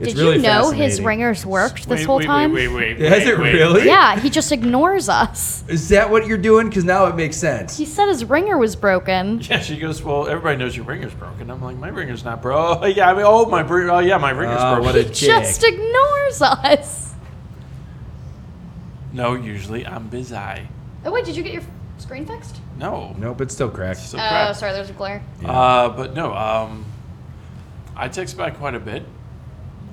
S1: It's
S2: Did
S1: really
S2: you know his
S1: fascinating.
S2: ringers worked this
S3: Wait,
S2: whole
S3: wait,
S2: time?
S3: Wait, wait, wait,
S1: Has
S3: wait,
S1: it
S3: wait,
S1: really?
S3: wait.
S2: Yeah, he just ignores us.
S1: Is that what you're doing? Because now it makes sense.
S2: He said his ringer was broken.
S3: Yeah, she goes. Well, everybody knows your ringer's broken. I'm like, my ringer's not bro. Oh, yeah, I mean, oh my, br- oh yeah, my ringer's
S1: Ah,
S3: broken.
S1: what a
S2: He just
S1: dick.
S2: ignores us.
S3: no, usually I'm busy.
S2: Oh wait, did you get your screen fixed?
S3: No,
S1: Nope, it's still cracked.
S3: So crap.
S2: Oh, sorry, there's a glare.
S3: Uh, but no, um, I text back quite a bit.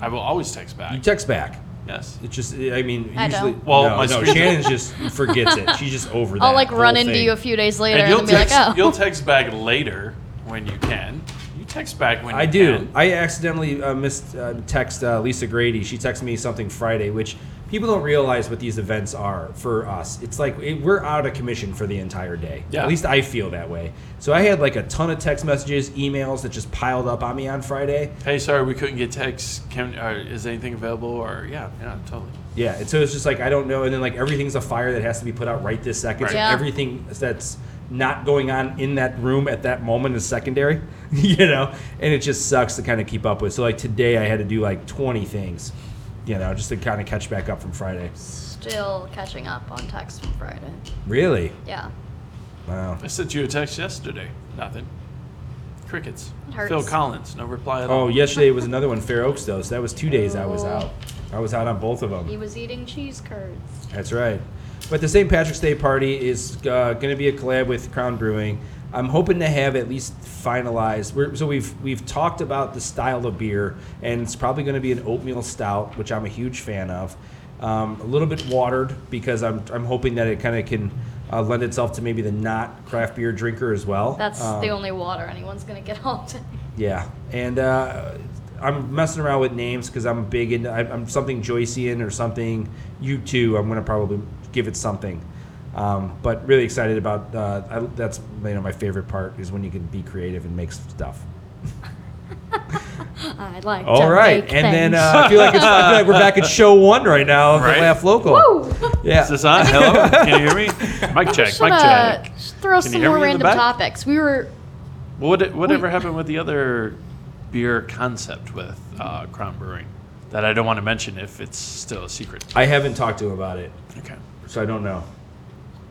S3: I will always text back.
S1: You text back.
S3: yes.
S1: It's just, I mean,
S2: I
S1: usually.
S2: don't.
S3: Well,
S1: no,
S3: my
S1: no,
S3: screen-
S1: Shannon's just forgets it. She's just over that.
S2: I'll like run
S1: whole
S2: into
S1: thing.
S2: you a few days later and,
S3: you'll
S2: be
S3: text,
S2: like, oh.
S3: you'll text back later when you can. You text back when
S1: I
S3: you
S1: do.
S3: can.
S1: I accidentally uh, missed uh, text uh, Lisa Grady. She texted me something Friday, which people don't realize what these events are for us. It's like it, we're out of commission for the entire day.
S3: Yeah.
S1: At least I feel that way. So I had like a ton of text messages, emails that just piled up on me on Friday.
S3: Hey, sorry, we couldn't get texts. Can or is anything available? Or yeah, yeah, totally.
S1: Yeah, and so it's just like I don't know, and then like everything's a fire that has to be put out right this second.
S3: Right.
S1: So
S2: Yeah.
S1: everything that's not going on in that room at that moment is secondary, you know, and it just sucks to kind of keep up with. So like today, I had to do like twenty things, you know, just to kind of catch back up from Friday.
S2: Still catching up on text from Friday.
S1: Really?
S2: Yeah.
S1: Wow.
S3: I sent you a text yesterday. Nothing. Crickets.
S2: It hurts.
S3: Phil Collins, no reply at all.
S1: Oh, yesterday was another one, Fair Oaks though, so that was two days I was out. I was out on both of them.
S2: He was eating cheese curds.
S1: That's right. But the St. Patrick's Day party is uh, going to be a collab with Crown Brewing. I'm hoping to have at least finalized. We're, so we've we've talked about the style of beer, and it's probably going to be an oatmeal stout, which I'm a huge fan of. Um, a little bit watered because I'm I'm hoping that it kind of can uh, lend itself to maybe the not craft beer drinker as well.
S2: That's
S1: Um,
S2: the only water anyone's gonna get all day.
S1: yeah, and uh, I'm messing around with names because I'm big into I'm, I'm something Joycean or something. You too. I'm gonna probably give it something. Um, but really excited about uh, I, that's you know my favorite part is when you can be creative and make stuff.
S2: I like. to
S1: All right,
S2: make
S1: and then
S2: things.
S1: uh, I feel like it's, I feel like we're back at show one right now of
S3: Right.
S1: the Laugh Local.
S2: Woo!
S1: Yeah,
S3: Is this on? Hello? Can you hear me? Mic check.
S2: Should,
S3: Mic
S2: uh,
S3: check.
S2: should throw
S3: you
S2: some
S3: hear
S2: more
S3: me in the
S2: random
S3: back?
S2: topics. We were
S3: What whatever happened with the other beer concept with uh, Crown Brewing that I don't want to mention if it's still a secret.
S1: I haven't talked to him about it,
S3: Okay.
S1: so I don't know.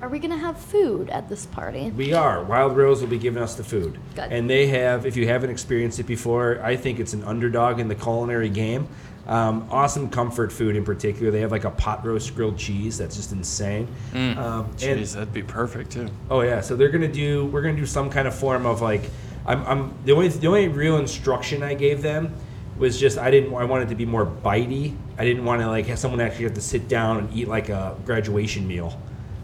S2: Are we gonna have food at this party?
S1: We are. Wild Rose will be giving us the food.
S2: Good.
S1: And they have, if you haven't experienced it before, I think it's an underdog in the culinary game. Um, awesome comfort food in particular. They have like a pot roast grilled cheese that's just insane. Um, and-
S3: Jeez, that'd be perfect too.
S1: Oh yeah, so they're gonna do. We're gonna do some kind of form of like. I'm. I'm the only. The only real instruction I gave them was just I didn't. I wanted to be more bitey. I didn't want to like have someone actually have to sit down and eat like a graduation meal.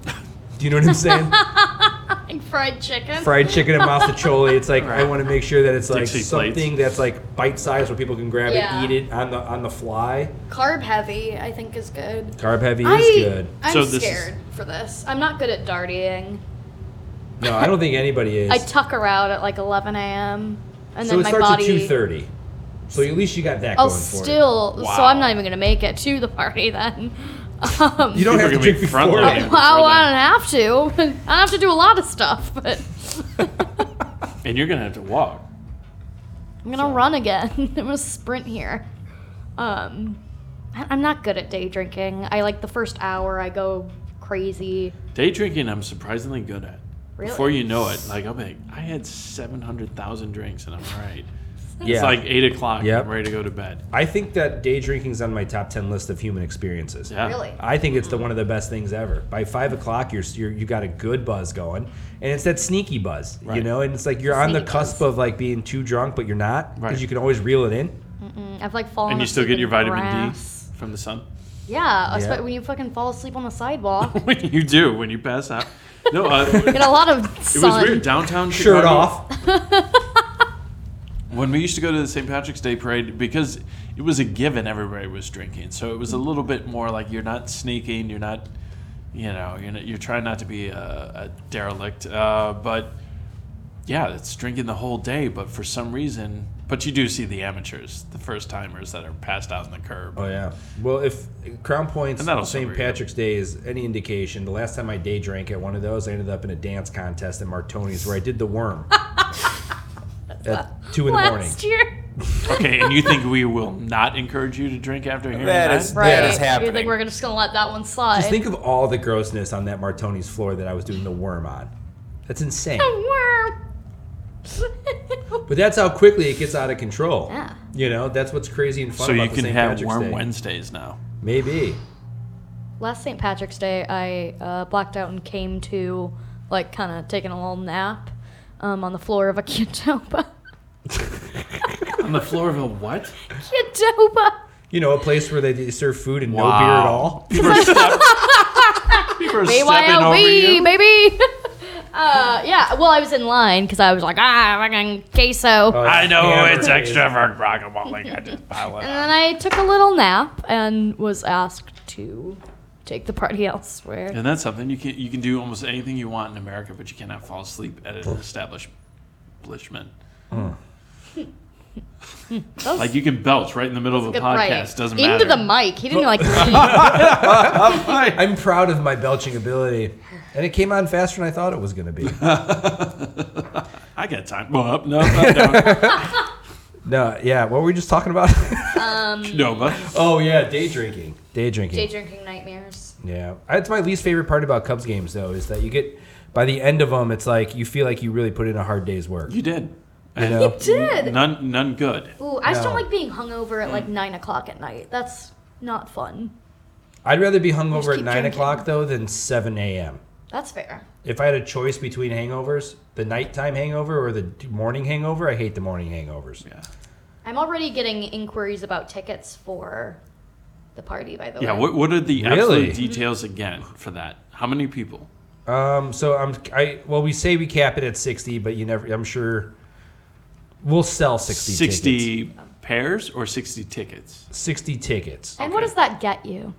S1: Do you know what I'm saying?
S2: Like fried chicken.
S1: Fried chicken and masticholi. It's like I want to make sure that it's like
S3: Dixie plates.
S1: something that's like bite-sized where people can grab
S2: Yeah.
S1: it, eat it on the on the fly.
S2: Carb heavy, I think, is good.
S1: Carb heavy
S2: I,
S1: is good.
S2: I'm
S3: So this is-
S2: scared for this. I'm not good at dartying.
S1: No, I don't think anybody is.
S2: I tucker out at like 11 a.m. and
S1: so
S2: then
S1: it
S2: my
S1: starts
S2: body.
S1: at two thirty. So at least you got that
S2: I'll
S1: going for you.
S2: still. So
S3: Wow.
S2: I'm not even gonna make it to the party then. Um,
S1: You don't
S3: People
S1: have to
S3: can be
S1: drink before.
S3: front-loaded.
S1: it.
S2: well, I don't have to. I have to do a lot of stuff, but
S3: And you're gonna have to walk.
S2: I'm gonna run again. I'm gonna sprint here. Um, I- I'm not good at day drinking. I like the first hour. I go crazy.
S3: Day drinking, I'm surprisingly good at.
S2: Really?
S3: Before you know it, like I'm like, I had seven hundred thousand drinks and I'm all right.
S1: Yeah.
S3: It's like eight o'clock.
S1: Yep.
S3: I'm ready to go to bed.
S1: I think that day drinking's on my top ten list of human experiences.
S3: Yeah.
S2: Really?
S1: I think it's the one of the best things ever. By five o'clock, you're, you're you got a good buzz going, and it's that sneaky buzz, you
S3: Right.
S1: know. And it's like you're on the
S2: Sneaky
S1: cusp of like being too drunk, but you're not because
S3: Right.
S1: you can always reel it in.
S2: Mm, I've like fallen.
S3: And you still
S2: asleep
S3: get your
S2: in
S3: vitamin
S2: grass.
S3: D from the sun.
S2: Yeah,
S1: Yeah.
S2: yeah. when you fucking fall asleep on the sidewalk,
S3: when you do, when you pass out. No, uh,
S2: get a lot of
S3: it
S2: sun.
S3: was weird. Downtown
S1: Shirt
S3: Chicago-
S1: off.
S3: when we used to go to the St. Patrick's Day parade, because it was a given, everybody was drinking. So it was a little bit more like you're not sneaking, you're not, you know, you're, not, you're trying not to be a, a derelict. Uh, but yeah, it's drinking the whole day. But for some reason, but you do see the amateurs, the first timers that are passed out on the curb.
S1: Oh yeah. Well, if Crown Points
S3: And that'll
S1: St.
S3: sober you up.
S1: Patrick's Day is any indication, the last time I day drank at one of those, I ended up in a dance contest at Martoni's where I did the worm at two in the morning.
S2: Last year,
S3: Okay, and you think we will not encourage you to drink after hearing that?
S4: That is-
S2: right?
S4: That is
S2: You think
S4: happening.
S2: we're just gonna let that one slide?
S1: Just think of all the grossness on that Martoni's floor that I was doing the worm on. That's insane.
S2: Worm.
S1: But that's how quickly it gets out of control.
S2: Yeah.
S1: You know, that's what's crazy and fun
S3: so
S1: about
S3: you
S1: the
S3: can
S1: St.
S3: have
S1: Patrick's
S3: warm
S1: Day.
S3: Wednesdays now.
S1: Maybe.
S2: Last St. Patrick's Day, I uh, blacked out and came to, like, kind of taking a little nap um, on the floor of a Qdoba.
S3: On the floor of a what?
S2: Qdoba!
S1: You know, a place where they serve food and no beer at
S3: Wow.
S1: all.
S3: People are, step- people are stepping over you.
S2: BYOB, baby! uh, yeah, well, I was in line because I was like, ah, fucking queso.
S1: Oh,
S3: I know
S1: hammer
S3: it's
S1: it.
S3: extra for guacamole. I just pile it
S2: and
S3: up.
S2: then I took a little nap and was asked to take the party elsewhere.
S3: And that's something you can you can do almost anything you want in America, but you cannot fall asleep at an establish- establishment.
S2: That was
S3: Like you can belch right in the middle of a
S2: good,
S3: podcast.
S2: right.
S3: Doesn't matter.
S2: Into the mic. He didn't, like, leave.
S1: I'm proud of my belching ability. And it came on faster than I thought it was going to be.
S3: I got time. Well, up, no, up, down,
S1: no, yeah. What were we just talking about?
S3: no, but
S1: oh, yeah. Day drinking. Day drinking.
S2: Day drinking nightmares.
S1: Yeah, that's my least favorite part about Cubs games, though, is that you get by the end of them, it's like you feel like you really put in a hard day's work.
S3: you did.
S1: You know,
S2: Did!
S3: None, none good.
S2: Ooh, I just don't
S1: No.
S2: like being hungover at
S3: Mm.
S2: like nine o'clock at night. That's not fun.
S1: I'd rather be
S2: Just
S1: hungover at
S2: keep
S1: nine
S2: drinking.
S1: o'clock though than seven a.m.
S2: That's fair.
S1: If I had a choice between hangovers, the nighttime hangover or the d- morning hangover, I hate the morning hangovers.
S3: Yeah.
S2: I'm already getting inquiries about tickets for the party. By the
S3: Yeah.
S2: way,
S3: What, what are the
S1: Really?
S3: absolute details again for that? How many people?
S1: Um, so I'm I well, we say we cap it at sixty, but you never. I'm sure we'll sell sixty. Tickets.
S3: Sixty pairs or sixty tickets?
S1: Sixty tickets.
S2: and what
S3: okay.
S2: does that get you?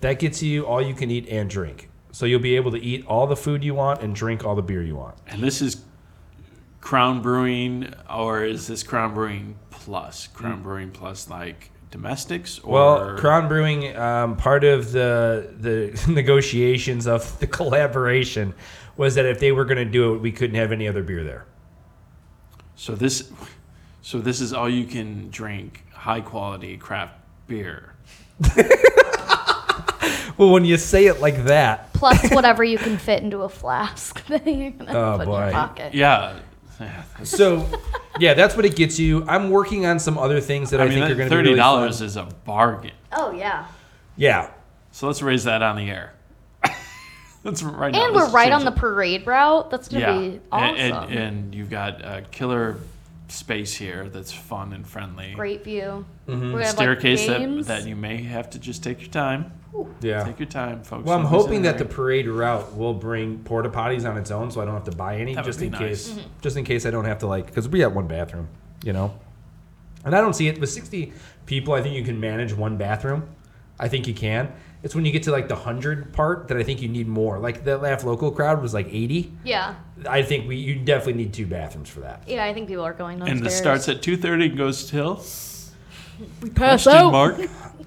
S1: That gets you all you can eat and drink. So you'll be able to eat all the food you want and drink all the beer you want.
S3: And this is Crown Brewing, or is this Crown Brewing Plus? Crown Brewing Plus, like domestics? Or
S1: Mm. Well, Crown Brewing, um, part of the the negotiations of the collaboration was that if they were going to do it, we couldn't have any other beer there.
S3: So this, so this is all you can drink high quality craft beer.
S1: Well, when you say it like that,
S2: Plus whatever you can fit into a flask that you're gonna
S1: Oh,
S2: put in
S1: boy.
S2: your pocket.
S3: Yeah.
S1: so yeah, that's what it gets you. I'm working on some other things that I,
S3: I mean,
S1: think are
S3: that
S1: going to be
S3: thirty
S1: really fun.
S3: dollars is a bargain.
S2: Oh yeah.
S1: Yeah,
S3: So let's raise that on the air. That's right. now,
S2: And we're
S3: let's
S2: right on
S3: change
S2: the
S3: it.
S2: parade route. That's gonna
S3: yeah.
S2: be awesome.
S3: And, and, and you've got a killer space here that's fun and friendly.
S2: Great view. We're gonna have, like,
S3: Mm-hmm. Staircase that,
S2: games.
S3: that you may have to just take your time.
S1: yeah.
S3: Take your time, folks.
S1: Well, I'm
S3: Nobody's
S1: hoping
S3: in
S1: that the
S3: hurry.
S1: parade route will bring porta potties on its own, so I don't have to buy any,
S3: That would
S1: just
S3: be
S1: in
S3: nice.
S1: case, just in case I don't have to like, because we have one bathroom, you know. And I don't see it with 60 people. I think you can manage one bathroom. I think you can. It's when you get to like the hundred part that I think you need more. Like the laugh local crowd was like 80.
S2: Yeah.
S1: I think we you definitely need two bathrooms for that.
S2: Yeah, I think people are going downstairs.
S3: and this starts at two thirty and goes till
S2: we pass
S3: question mark.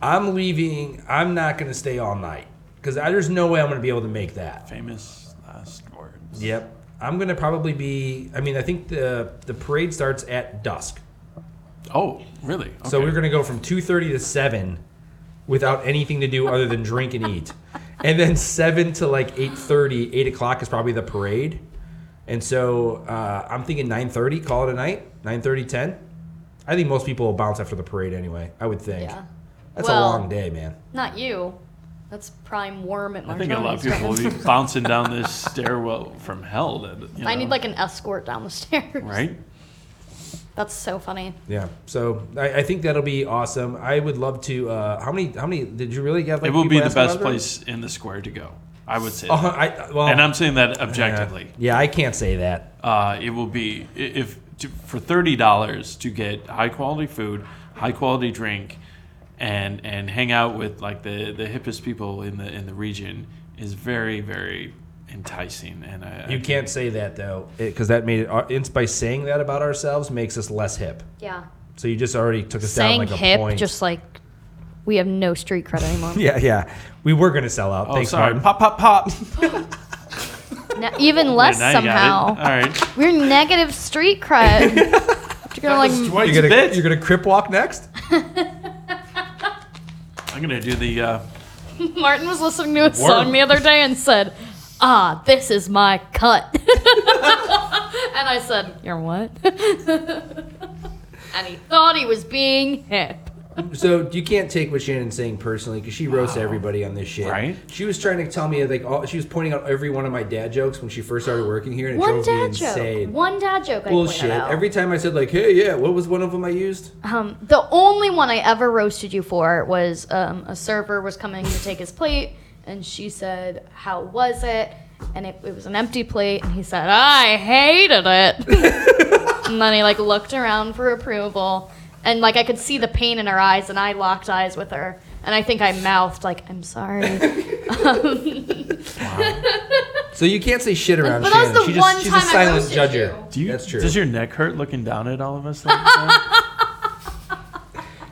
S1: I'm leaving. I'm not going to stay all night because there's no way I'm going to be able to make that.
S3: Famous last words.
S1: Yep. I'm gonna probably be. I mean, I think the the parade starts at dusk,
S3: Oh, really?
S1: so
S3: Okay.
S1: we're gonna go from two thirty to seven, without anything to do other than drink and eat, and then seven to like 8.30, 8 o'clock is probably the parade, and so uh, I'm thinking nine thirty. Call it a night. 9:30, 10. I think most people will bounce after the parade anyway. I would think.
S2: Yeah.
S1: That's
S2: Well-
S1: a long day, man.
S2: Not you. That's prime worm at
S3: I
S2: Marjonie's.
S3: think a lot of people will be bouncing down this stairwell from hell. That, you
S2: I
S3: know,
S2: need like an escort down the stairs.
S3: right.
S2: That's so funny.
S1: Yeah. So I, I think that'll be awesome. I would love to. Uh, how many? How many? Did you really get? Like,
S3: It will be
S1: people
S3: the
S1: asking
S3: best
S1: about it?
S3: place in the square to go. I would say,
S1: Uh,
S3: that.
S1: I, well,
S3: and I'm saying that objectively.
S1: Yeah, I can't say that.
S3: Uh, it will be i- if to, for thirty dollars to get high quality food, high quality drink, and and hang out with like the the hippest people in the in the region is very very enticing. And I,
S1: You
S3: I
S1: can't say that though, because that made it. uh, It's by saying that about ourselves makes us less hip.
S2: Yeah.
S1: So you just already took us
S2: Saying
S1: down like
S2: hip,
S1: a point.
S2: just like we have no street cred anymore.
S1: yeah, yeah. We were gonna sell out.
S3: Oh,
S1: Thanks,
S3: sorry.
S1: Martin.
S3: Pop, pop, pop.
S2: Now, even less
S3: Yeah, now you got it.
S2: somehow.
S3: All right.
S2: We're negative street cred. You're gonna like
S1: You're gonna, you're gonna crip walk next.
S3: I'm gonna do the. Uh,
S2: Martin was listening to a
S3: Worm.
S2: song the other day and said, "Ah, this is my cut," and I said, "You're what?" and he thought he was being hip.
S1: So you can't take what Shannon's saying personally because she roasts everybody on this shit.
S3: Right.
S1: She was trying to tell me like all, she was pointing out every one of my dad jokes when she first started working here, and it
S2: One
S1: drove me
S2: dad
S1: insane.
S2: joke. One dad joke. I
S1: Bullshit.
S2: pointed out.
S1: Every time I said like, hey, yeah, what was one of them I used?
S2: Um, the only one I ever roasted you for was um, a server was coming to take his plate, and she said, "How was it?" And it, it was an empty plate, and he said, "I hated it." and then he like looked around for approval, and like I could see the pain in her eyes, and I locked eyes with her, and I think I mouthed like, "I'm sorry."
S1: So you can't say shit around
S2: But that was
S1: Shannon.
S2: the
S1: she just,
S2: one
S1: she's
S2: time
S1: a
S2: I
S1: silent
S2: roasted
S1: judger.
S2: you.
S3: do you,
S1: That's true.
S3: Does your neck hurt looking down at all of us? Like that?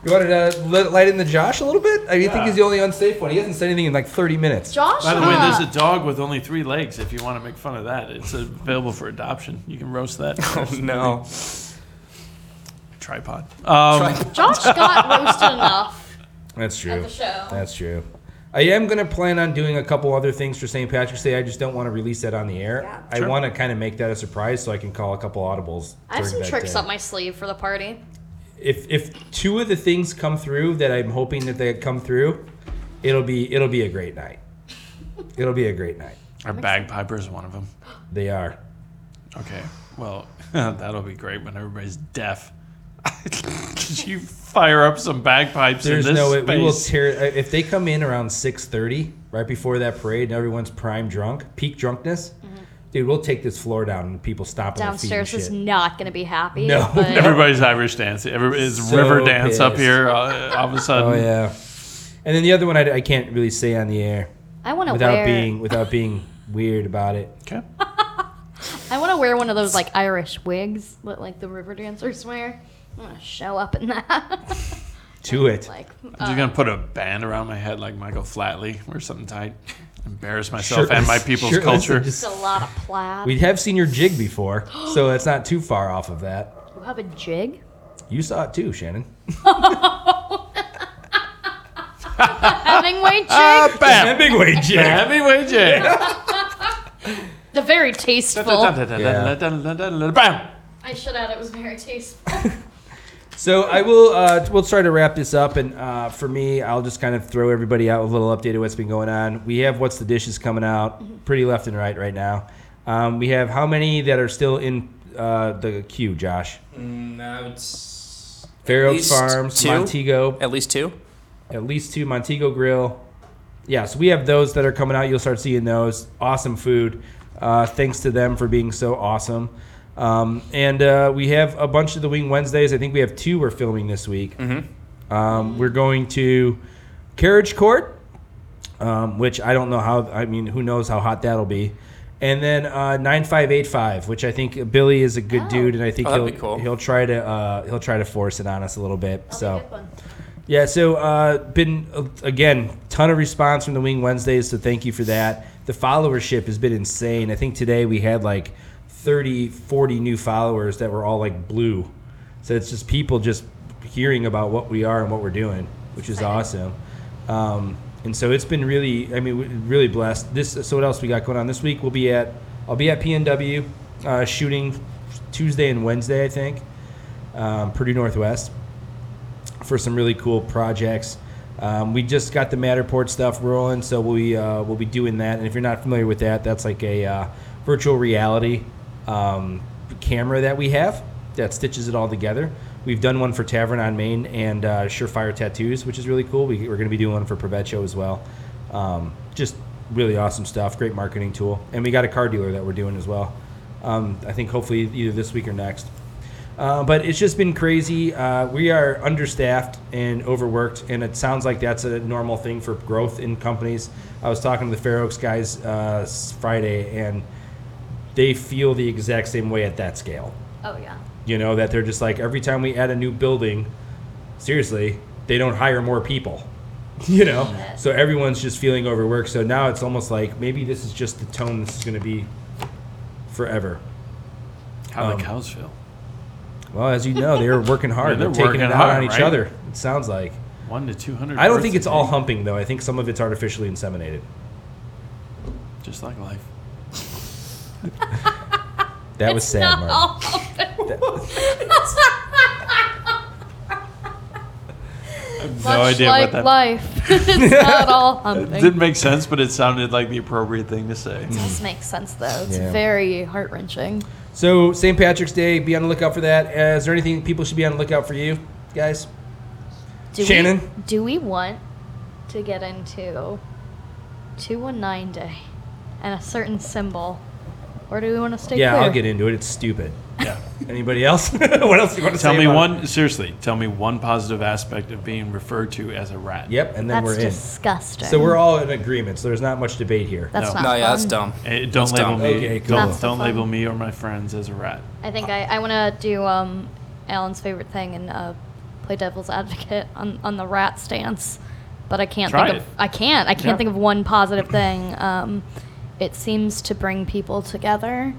S1: You wanted to let, light in the Josh a little bit? I mean, I think he's the only unsafe one. He hasn't said anything in like 30 minutes.
S2: Josh. uh,
S3: By the way, there's a dog with only three legs. If you want to make fun of that, it's available for adoption. You can roast that
S4: Oh, no.
S3: tripod. Um,
S2: Josh got roasted enough
S1: That's true.
S2: at the show.
S1: That's true. I am going to plan on doing a couple other things for St. Patrick's Day. I just don't want to release that on the air. I
S3: Sure.
S1: want to kind of make that a surprise so I can call a couple audibles.
S2: I have
S1: during
S2: some
S1: that
S2: tricks
S1: day.
S2: up my sleeve for the party.
S1: If if two of the things come through that I'm hoping that they come through, it'll be it'll be a great night. It'll be a great night.
S3: our bagpiper is one of them.
S1: They are.
S3: Okay. Well, that'll be great when everybody's deaf. Could you fire up some bagpipes
S1: There's
S3: in this
S1: no way we will
S3: space?
S1: tear. uh, If they come in around six thirty, right before that parade, and everyone's prime drunk, peak drunkness, dude, we'll take this floor down and people stop on their feet and
S2: Mm-hmm. downstairs is
S1: shit.
S2: not going to be happy.
S1: No,
S2: but
S1: no.
S3: Everybody's Irish dancing. Everybody, it's
S1: So
S3: river dance up
S1: pissed.
S3: here. Uh, all of a sudden,
S1: oh yeah. And then the other one I, I can't really say on the air.
S2: I want to
S1: without
S2: wear.
S1: being without being weird about it.
S3: Okay.
S2: I want to wear one of those like Irish wigs, what like the river dancers wear. I'm gonna show up in that.
S1: To it.
S2: like,
S3: I'm
S2: uh,
S3: just gonna put a band around my head like Michael Flatley or something tight. Embarrass myself
S1: Shirtless-
S3: and my people's
S1: shirtless and
S3: culture.
S1: just-
S2: it's a lot of plaid.
S1: we have seen your jig before, so that's not too far off of that.
S2: you have a jig.
S1: You saw it too, Shannon.
S2: Hemingway jig.
S3: ah, bam.
S1: big way jig.
S3: Heavyweight jig.
S2: the very tasteful.
S3: Bam.
S2: I should add it was very tasteful.
S1: So I will. Uh, we'll try to wrap this up, and uh, for me, I'll just kind of throw everybody out with a little update of what's been going on. We have what's the dishes coming out, pretty left and right right now. Um, we have how many that are still in uh, the queue, Josh?
S4: Mm, No, it's
S1: Fair Oaks
S4: least
S1: Farms,
S4: two.
S1: Montego,
S4: at least two.
S1: at least two Montego Grill. Yeah, so we have those that are coming out. You'll start seeing those. Awesome food. Uh, thanks to them for being so awesome. Um, and uh, we have a bunch of the Wing Wednesdays. I think we have two we're filming this week.
S4: Mm-hmm.
S1: Um, we're going to Carriage Court, um, which I don't know how. I mean, who knows how hot that'll be. And then uh, nine five eight five, which I think Billy is a good
S2: Oh.
S1: dude, and I think
S4: Oh, that'd
S1: he'll
S4: be cool.
S1: he'll try to uh, he'll try to force it on us a little bit. so.
S2: Good one.
S1: Yeah, so uh, been uh, again ton of response from the Wing Wednesdays, so thank you for that. The followership has been insane. I think today we had like 30, 40 new followers that were all like blue. So it's just people just hearing about what we are and what we're doing, which is awesome. Um, and so it's been really, I mean, we- really blessed. This. So what else we got going on this week? We'll be at, I'll be at PNW, uh, shooting Tuesday and Wednesday, I think, um, Purdue Northwest for some really cool projects. Um, we just got the Matterport stuff rolling, so we uh, we'll be doing that. And if you're not familiar with that, that's like a uh, virtual reality um, camera that we have that stitches it all together. We've done one for Tavern on Main and uh, Surefire Tattoos, which is really cool. We, we're going to be doing one for Provecho as well. Um, just really awesome stuff. Great marketing tool, and we got a car dealer that we're doing as well. Um, I think hopefully either this week or next. Uh, but it's just been crazy. Uh, we are understaffed and overworked, and it sounds like that's a normal thing for growth in companies. I was talking to the Fair Oaks guys uh, s- Friday, and they feel the exact same way at that scale.
S2: Oh yeah.
S1: You know, that they're just like, every time we add a new building, seriously, they don't hire more people. You know? So everyone's just feeling overworked. So now it's almost like maybe this is just the tone this is going to be forever.
S3: How
S1: Um,
S3: the cows feel.
S1: Well, as you know, they're working hard.
S3: Yeah,
S1: they're
S3: they're
S1: taking
S3: working
S1: it out
S3: hard,
S1: on each
S3: right?
S1: other. It sounds like.
S3: One to two hundred.
S1: I don't think it's all humping though. I think some of it's artificially inseminated.
S3: Just like life.
S1: That was
S2: It's
S1: sad,
S2: not
S1: Mark.
S2: all open.
S3: have
S2: Much like life, it's not all humping.
S3: Didn't make sense, but it sounded like the appropriate thing to say.
S1: Mm.
S2: does make sense though. It's
S1: Yeah.
S2: very heart wrenching.
S1: So St. Patrick's Day, be on the lookout for that. Uh, Is there anything people should be on the lookout for you guys?
S2: Do
S1: Shannon?
S2: We, do we want to get into 219 Day and a certain symbol? Or do we want to stay
S1: yeah,
S2: clear?
S1: I'll get into it. It's stupid.
S3: Yeah.
S1: Anybody else? what else do you want to
S3: Tell
S1: say
S3: me
S1: about it?
S3: one seriously. Tell me one positive aspect of being referred to as a rat.
S1: Yep, and then
S2: That's
S1: we're in.
S2: disgusting.
S1: So we're all in agreement. So there's not much debate here.
S2: That's
S3: No.
S2: not
S4: no,
S2: fun.
S4: yeah, that's dumb.
S3: Eh, don't
S4: That's
S3: label
S4: dumb.
S3: me.
S1: Okay, cool.
S3: Don't,
S2: That's the
S3: don't
S2: fun.
S3: label me or my friends as a rat.
S2: I think I, I want to do um, Alan's favorite thing and uh, play devil's advocate on, on the rat stance, but I can't
S3: Try
S2: think of
S3: it.
S2: I can't I can't
S3: Yeah.
S2: think of one positive thing. Um, it seems to bring people together,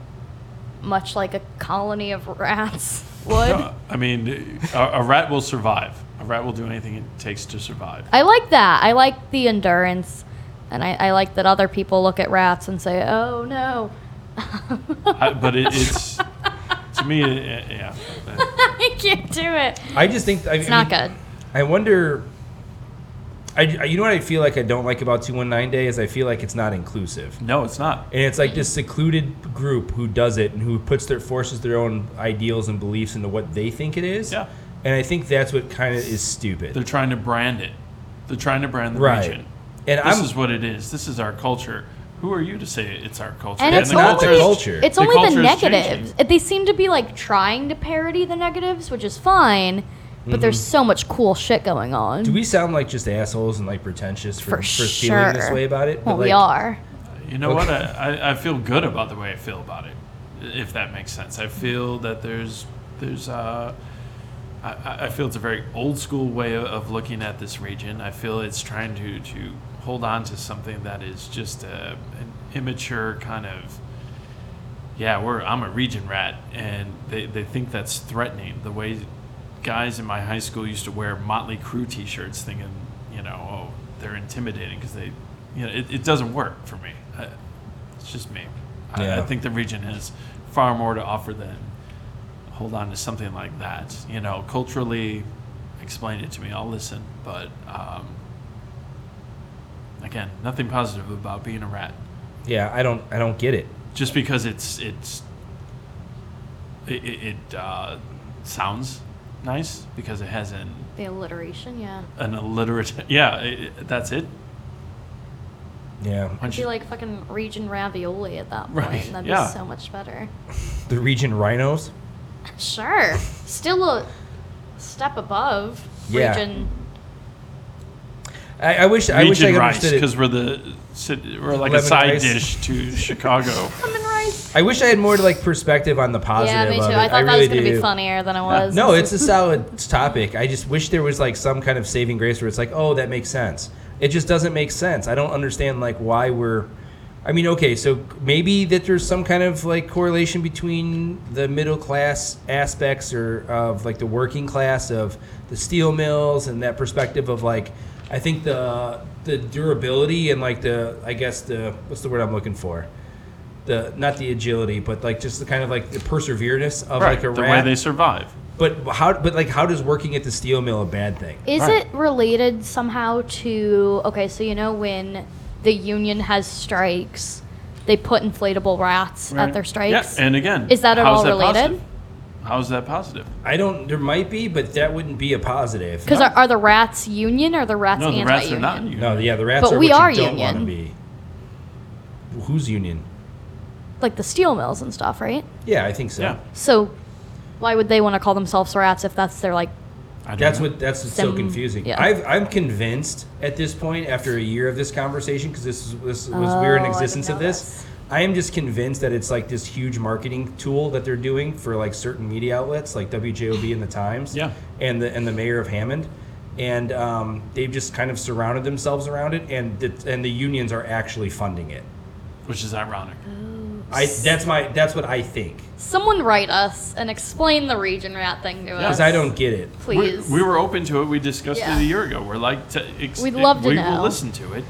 S2: much like a colony of rats would.
S3: No, I mean, a, a rat will survive. A rat will do anything it takes to survive.
S2: I like that. I like the endurance, and I, I like that other people look at rats and say, "Oh no."
S3: I, but it, it's to me, it, it- yeah.
S2: I can't do it.
S1: I just think I,
S2: It's
S1: I
S2: not
S1: mean,
S2: good.
S1: I wonder. I, I- you know what I feel like I don't like about 219 Day is I feel like it's not inclusive.
S3: No, it's not.
S1: And it's like this secluded group who does it and who puts their forces, their own ideals and beliefs into what they think it is.
S3: Yeah.
S1: And I think that's what kind of is
S3: They're
S1: stupid.
S3: trying to brand it. They're trying to brand the
S1: Right.
S3: region.
S1: And
S3: This
S1: I'm
S3: is what it is. This is our culture. Who are you to say it's our culture?
S2: And it's
S1: the
S2: only
S1: culture
S2: the
S1: is-
S2: culture. It's
S3: The
S2: only the
S3: culture is
S2: negatives. They seem to be like trying to parody the negatives, which is fine. but there's so much cool shit going on.
S1: Mm-hmm. Do we sound like just assholes and like pretentious for,
S2: for,
S1: for,
S2: sure.
S1: feeling this way about it?
S2: Well,
S1: But,
S2: we
S1: like,
S2: are.
S3: You know what? I, I, I feel good about the way I feel about it, if that makes sense. I feel that there's there's uh, I- I, I feel it's a very old school way of, of looking at this region. I feel it's trying to to hold on to something that is just a, an immature kind of yeah, we're I'm a region rat, and they, they think that's threatening. The way guys in my high school used to wear Motley Crue T-shirts, thinking you know, oh, they're intimidating because they, you know, it, it doesn't work for me. I, it's just me. I, I
S1: Yeah.
S3: think the region has far more to offer than hold on to something like that. You know, culturally, explain it to me. I'll listen, but um, again, nothing positive about being a rat
S1: Yeah, I don't, I don't get it.
S3: just because it's it's it, it, it uh, sounds nice because it has an
S2: The alliteration, yeah.
S3: an alliterative yeah i i that's it
S1: Yeah,
S3: Why
S2: It'd
S3: don't
S2: be
S3: you-
S2: like fucking region ravioli at that point.
S3: Right,
S2: That'd
S3: yeah.
S2: be so much better.
S1: the region rhinos.
S2: Sure. Still a step above
S1: Yeah.
S2: region.
S1: I, I wish, I wish I
S3: region rice
S1: understood
S3: because
S1: it.
S3: we're the ci- we're like a
S1: Lemon
S3: side
S1: rice.
S3: dish to Chicago
S2: Lemon rice.
S1: I wish I had more like perspective on the positive.
S2: Yeah, me too.
S1: Of it.
S2: I thought that
S1: really
S2: was gonna
S1: do.
S2: be funnier than it was.
S1: No,
S2: This
S1: it's a
S2: is-
S1: solid topic. I just wish there was like some kind of saving grace where it's like, oh, that makes sense. It just doesn't make sense. I don't understand like why we're. I mean, okay, so maybe that there's some kind of like correlation between the middle class aspects or of like the working class of the steel mills and that perspective of like, I think the the durability and like the I guess the what's the word I'm looking for. The, not the agility, but like just the kind of like the perseverance of
S3: right
S1: like a
S3: the way
S1: rat.
S3: they survive
S1: But how? But like, how does working at the steel mill a bad thing?
S2: Is
S3: Right.
S2: it related somehow to okay, so you know when the union has strikes, they put inflatable rats at their strikes?
S3: yeah and again
S2: Is that at
S3: how's
S2: all
S3: that
S2: related?
S3: positive? how's that positive
S1: I don't. There might be, but that wouldn't be a positive.
S2: Because are, are the rats union or the rats
S3: no the
S2: anti-union?
S3: rats are not union.
S1: No, yeah, the rats
S2: But
S1: are
S2: we
S1: what
S2: are
S1: you don't want to
S2: union.
S1: be. Who's union?
S2: Like the steel mills and stuff, right?
S1: Yeah, I think so.
S3: yeah
S2: So why would they want to call themselves rats if that's their like
S3: I don't
S1: That's
S3: know.
S1: what that's what's so
S2: Some-
S1: confusing.
S2: yeah.
S1: I've, I'm convinced at this point, after a year of this conversation, because this is, this was we were in
S2: Oh, I didn't
S1: existence of
S2: know
S1: this.
S2: this.
S1: I am just convinced that it's like this huge marketing tool that they're doing for like certain media outlets, like WJOB and the Times,
S3: Yeah.
S1: and the and the mayor of Hammond, and um, they've just kind of surrounded themselves around it, and the, and the unions are actually funding it.
S3: which is ironic
S1: I that's my that's what I think
S2: someone write us and explain the region rat thing to us?
S1: because I don't get it.
S3: We,
S2: please.
S3: we were open to it. We discussed
S2: Yeah.
S3: it a year ago. We're like, t- ex-
S2: We'd love to
S3: we will
S2: know.
S3: listen to it.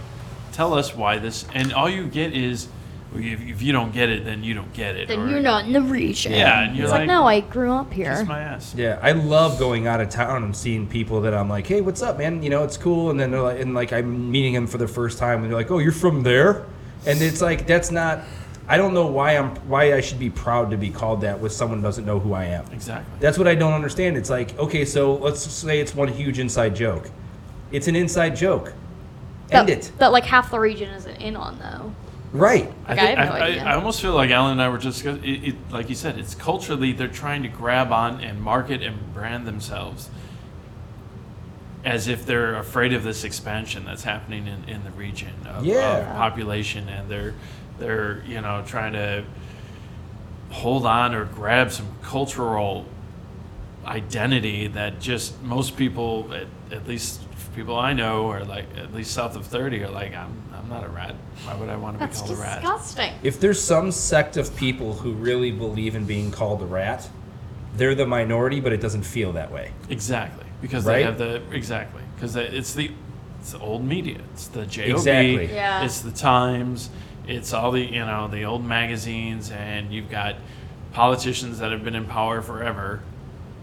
S3: Tell us why this, and all you get is, well, if, if you don't get it, then you don't get it.
S2: then
S3: or-
S2: you're not in the region.
S3: Yeah, and you're
S2: It's like, no, I grew up
S3: kiss
S2: here.
S3: my ass.
S1: Yeah, I love going out of town and seeing people that I'm like, hey, what's up, man? You know, it's cool. And then they're like, and like I'm meeting them for the first time, and they're like, oh, you're from there, and it's like that's not. I don't know why I'm why I should be proud to be called that with someone who doesn't know who I am.
S3: Exactly.
S1: That's what I don't understand. It's like okay, so let's say it's one huge inside joke. It's an inside joke. End
S2: that,
S1: it.
S2: that like half the region isn't in on though.
S1: Right.
S2: Like,
S3: think-
S2: I have no idea.
S3: I, almost feel like Alan and I were just, discuss- it, it, like you said, it's culturally they're trying to grab on and market and brand themselves as if they're afraid of this expansion that's happening in, in the region of, of
S1: Yeah.
S3: population, and they're they're you know trying to hold on or grab some cultural identity that just most people, at, at least people I know, are like at least south of thirty, are like I'm I'm not a rat. Why would I want to be
S2: That's
S3: called a rat?
S2: disgusting.
S1: If there's some sect of people who really believe in being called a rat, they're the minority, but it doesn't feel that way.
S3: Exactly, because they
S1: Right?
S3: have the exactly because it's the it's the old media. It's the job.
S1: Exactly.
S2: Yeah.
S3: It's the Times. It's all the you know the old magazines, and you've got politicians that have been in power forever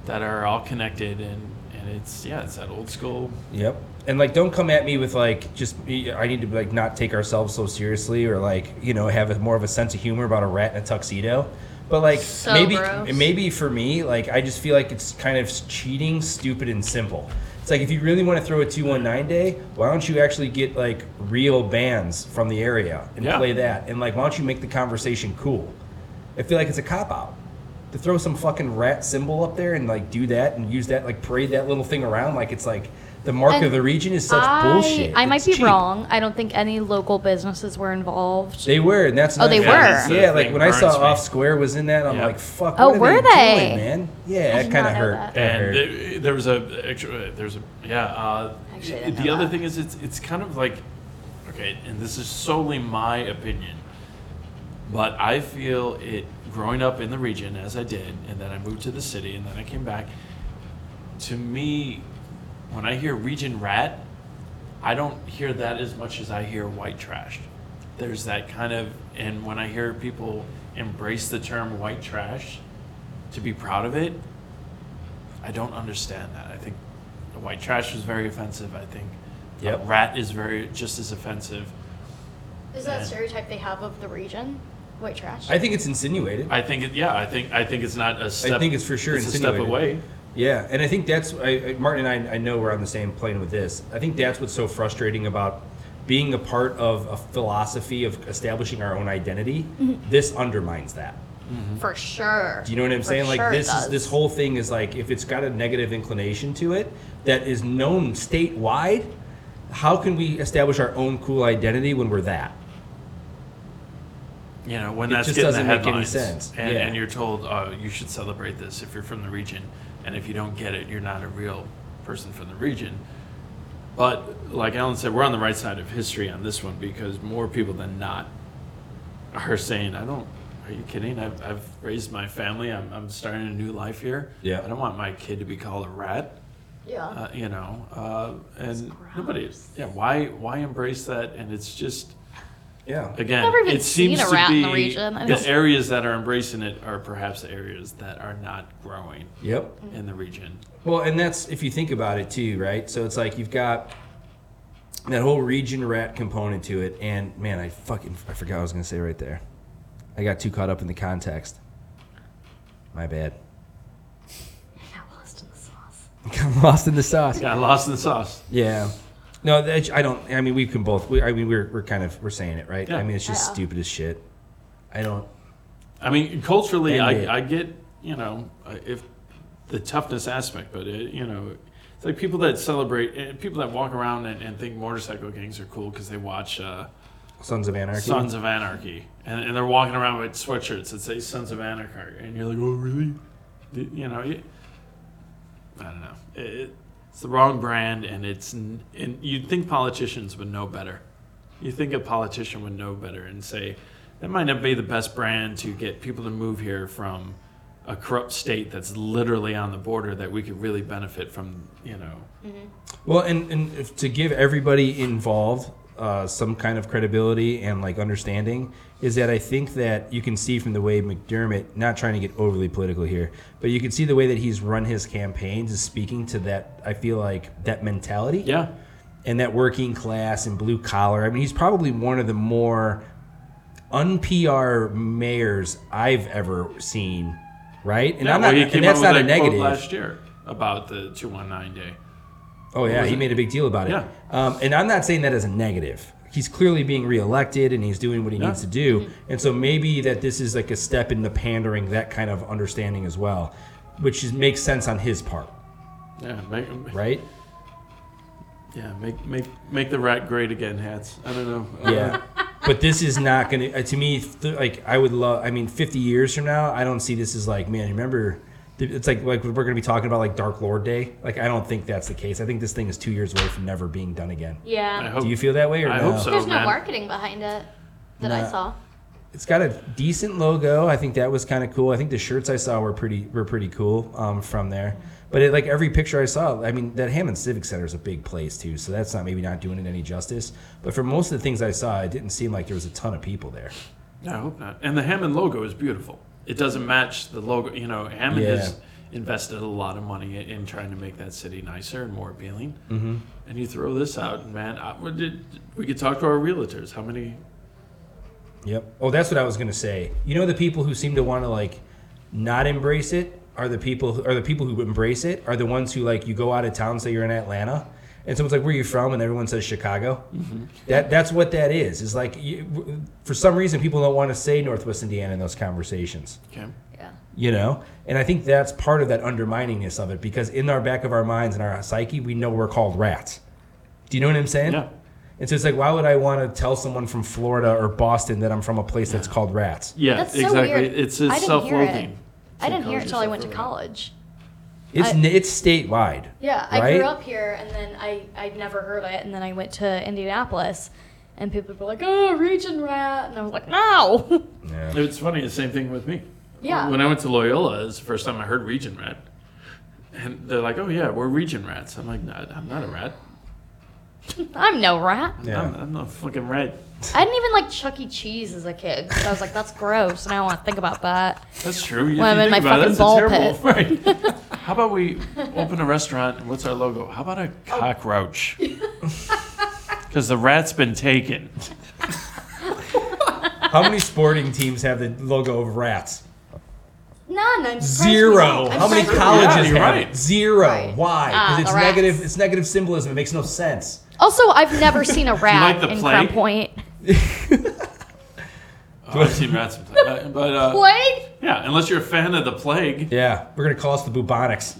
S3: that are all connected, and and it's yeah, it's that old school.
S1: Yep. And like, don't come at me with like, just I need to like not take ourselves so seriously, or like you know have a, more of a sense of humor about a rat in a tuxedo. But like
S2: So
S1: maybe
S2: gross.
S1: maybe for me, like I just feel like it's kind of cheating, stupid, and simple. It's like if you really want to throw a two one nine day, why don't you actually get like real bands from the area and
S3: Yeah.
S1: play that? And like, why don't you make the conversation cool? I feel like it's a cop out. to throw some fucking rat symbol up there and like do that and use that like parade that little thing around like it's like the mark
S2: And
S1: of the region is such
S2: I,
S1: bullshit.
S2: I might
S1: It's
S2: be
S1: cheap.
S2: wrong. I don't think any local businesses were involved.
S1: They were, and that's
S2: Oh, they
S1: nice.
S2: were. Yeah, that's
S3: the
S1: Yeah, like
S3: thing,
S1: when I saw
S3: burns me.
S1: Off Square was in that, I'm
S3: Yeah.
S1: like, fuck.
S2: Oh,
S1: what are
S2: were
S1: they?
S2: they?
S1: Doing, man, yeah,
S2: I
S1: it
S2: did
S1: kind
S2: not
S1: of
S2: know
S1: hurt.
S2: that.
S1: That hurt.
S3: and there- there was a actually, there's a yeah uh,
S2: Actually, I
S3: the
S2: didn't know
S3: other
S2: that.
S3: thing is it's it's kind of like okay and this is solely my opinion but i feel it growing up in the region as i did and then i moved to the city and then i came back to me when i hear region rat i don't hear that as much as i hear white trash there's that kind of and when i hear people embrace the term white trash to be proud of it I don't understand that. I think white trash is very offensive. I think uh,
S1: Yep.
S3: rat is very just as offensive.
S2: Is that
S3: Yeah.
S2: a stereotype they have of the region? White trash.
S1: I think it's insinuated.
S3: I think it, yeah. I think I think it's not a step.
S1: think it's for sure
S3: It's a step
S1: insinuated.
S3: away.
S1: Yeah, and I think that's I, I- Martin and I. I know we're on the same plane with this. I think that's what's so frustrating about being a part of a philosophy of establishing our own identity.
S2: Mm-hmm.
S1: This undermines that.
S2: for sure.
S1: Do you know what I'm
S2: For
S1: saying? Like
S2: sure it
S1: this is,
S2: does.
S1: this whole thing is like if it's got a negative inclination to it that is known statewide, how can we establish our own cool identity when we're that?
S3: You know when
S1: It
S3: that's
S1: just
S3: getting
S1: doesn't
S3: the
S1: make any
S3: headlines,
S1: sense.
S3: And,
S1: Yeah.
S3: and you're told uh, you should celebrate this if you're from the region, and if you don't get it, you're not a real person from the region. But like Alan said, we're on the right side of history on this one because more people than not are saying, "I don't." Are you kidding? I've, I've raised my family. I'm, I'm starting a new life here.
S1: Yeah.
S3: I don't want my kid to be called a rat.
S2: Yeah.
S3: Uh, you know, uh, and nobody.
S2: gross.
S3: Yeah. Why? Why embrace that? And it's just
S1: Yeah.
S3: again,
S2: Never even
S3: it seems
S2: seen a
S3: to
S2: rat
S3: be
S2: in the region. I
S3: the
S2: don't-
S3: areas that are embracing it are perhaps the areas that are not growing
S1: Yep.
S3: in the region.
S1: Well, and that's if you think about it too, right? So it's like you've got that whole region rat component to it, and man, I fucking I forgot what I was gonna say right there. I got too caught up in the context. My bad.
S2: Got lost in the sauce.
S1: Got lost in the sauce.
S3: Got lost in the sauce.
S1: Yeah. No, that, I don't. I mean, we can both. We, I mean, we're we're kind of we're saying it, right?
S3: Yeah.
S1: I mean, it's just
S2: Yeah.
S1: stupid as shit. I don't.
S3: I mean, culturally,
S1: End it.
S3: I, I get you know uh, if the toughness aspect, but it, you know, it's like people that celebrate, and people that walk around and, and think motorcycle gangs are cool because they watch. Uh,
S1: Sons of Anarchy.
S3: Sons of Anarchy, and, and they're walking around with sweatshirts that say Sons of Anarchy, and you're like, oh really? Y- You know, it, I don't know. It, it- it's the wrong brand, and it's n- and you'd think politicians would know better. You think a politician would know better and say that might not be the best brand to get people to move here from a corrupt state that's literally on the border that we could really benefit from. You know,
S1: Well, and, and if, to give everybody involved uh, some kind of credibility and like understanding is that I think that you can see from the way McDermott, not trying to get overly political here, but you can see the way that he's run his campaigns is speaking to that. I feel like that mentality
S3: yeah,
S1: and that working class and blue collar. I mean, he's probably one of the more un-PR mayors I've ever seen. Right, and
S3: yeah.
S1: I'm not,
S3: well, he
S1: and
S3: came
S1: that's
S3: up
S1: not a
S3: with that quote
S1: negative.
S3: last year about the two one nine day.
S1: Oh yeah,
S3: was
S1: he
S3: it?
S1: made a big deal about it.
S3: Yeah.
S1: Um, and I'm not saying that as a negative. He's clearly being reelected and he's doing what he
S3: Yeah.
S1: needs to do. And so maybe that this is like a step into pandering that kind of understanding as well, which is, makes sense on his part,
S3: Yeah, make,
S1: right?
S3: Yeah, make make make the rat great again, hats. I don't know.
S1: Yeah. but this is not going to, to me, th- like, I would love, I mean, 50 years from now, I don't see this as like, man, remember, th- it's like, like we're going to be talking about like Dark Lord Day. Like, I don't think that's the case. I think this thing is two years away from never being done again.
S3: I
S2: Yeah.
S3: hope.
S1: Do you feel that way or
S3: I
S1: no?
S3: hope so.
S2: There's no
S3: man.
S2: marketing behind it that I
S1: Nah.
S2: saw.
S1: It's got a decent logo. I think that was kind of cool. I think the shirts I saw were pretty were pretty cool um, from there. But it, like every picture I saw, I mean, that Hammond Civic Center is a big place too, so that's not maybe not doing it any justice. But for most of the things I saw, it didn't seem like there was a ton of people there.
S3: I hope not. And the Hammond logo is beautiful. It doesn't match the logo. You know, Hammond
S1: Yeah.
S3: has invested a lot of money in, in trying to make that city nicer and more appealing. Mm-hmm. And you throw this out, and man, I, we, did, we could talk to our realtors. How many?
S1: Yep. Oh, that's what I was gonna say. You know, the people who seem to want to like not embrace it are the people who, are the people who embrace it are the ones who like you go out of town, say you're in Atlanta, and someone's like, "Where are you from?" and everyone says Chicago. That that's what that is. Is like you, for some reason people don't want to say Northwest Indiana in those conversations.
S3: Okay.
S2: Yeah.
S1: you know and i think that's part of that underminingness of it because in our back of our minds and our psyche we know we're called rats do you know what i'm saying
S3: Yeah.
S1: and so it's like why would i want to tell someone from florida or boston that i'm from a place that's called rats
S3: Yeah,
S2: That's so
S3: exactly.
S2: weird.
S3: It's
S2: I
S3: a
S2: didn't Hear
S3: self-loathing.
S2: it. I didn't hear it
S3: Psychology
S2: till I went to
S3: self-loathing.
S2: college.
S1: it's
S2: I-
S1: n it's statewide
S2: Yeah, I
S1: right?
S2: grew up here, and then I I'd never heard it, and then I went to Indianapolis, and people were like, "Oh, region rat," and I was like, "No."
S1: Yeah.
S3: It's funny. The same thing with me.
S2: yeah.
S3: When I went to Loyola, it's the first time I heard region rat, and they're like, "Oh yeah, we're region rats." I'm like, no, "I'm not a rat.
S2: I'm no rat.
S1: Yeah.
S3: I'm, I'm not a fucking rat."
S2: I didn't even like Chuck E. Cheese as a kid. 'cause I was like, that's gross, and I don't want to think about that.
S3: That's true. You,
S2: When I'm
S3: you
S2: in
S3: think
S2: my
S3: about it,
S2: fucking
S3: it's a terrible- Right. How about we open a restaurant? and What's our logo? How about a cockroach? Because the rat's been taken.
S1: How many sporting teams have the logo of rats?
S2: None. I'm surprised we
S1: Zero.
S2: don't. I'm
S1: How many
S2: surprised we
S3: col-
S1: colleges
S3: Yeah,
S1: have
S3: you're
S1: it?
S3: right.
S1: Zero.
S2: Right.
S1: Why? Because
S2: Ah,
S1: it's
S2: the rats.
S1: negative. It's negative symbolism. It makes no sense.
S2: don't. Also, I've never seen a rat
S3: like the
S2: in
S3: plague?
S2: Crown Point.
S3: Oh, I've seen rats sometimes. Uh, But uh,
S2: Plague?
S3: yeah, unless you're a fan of the plague.
S1: Yeah, we're gonna call us the bubonics.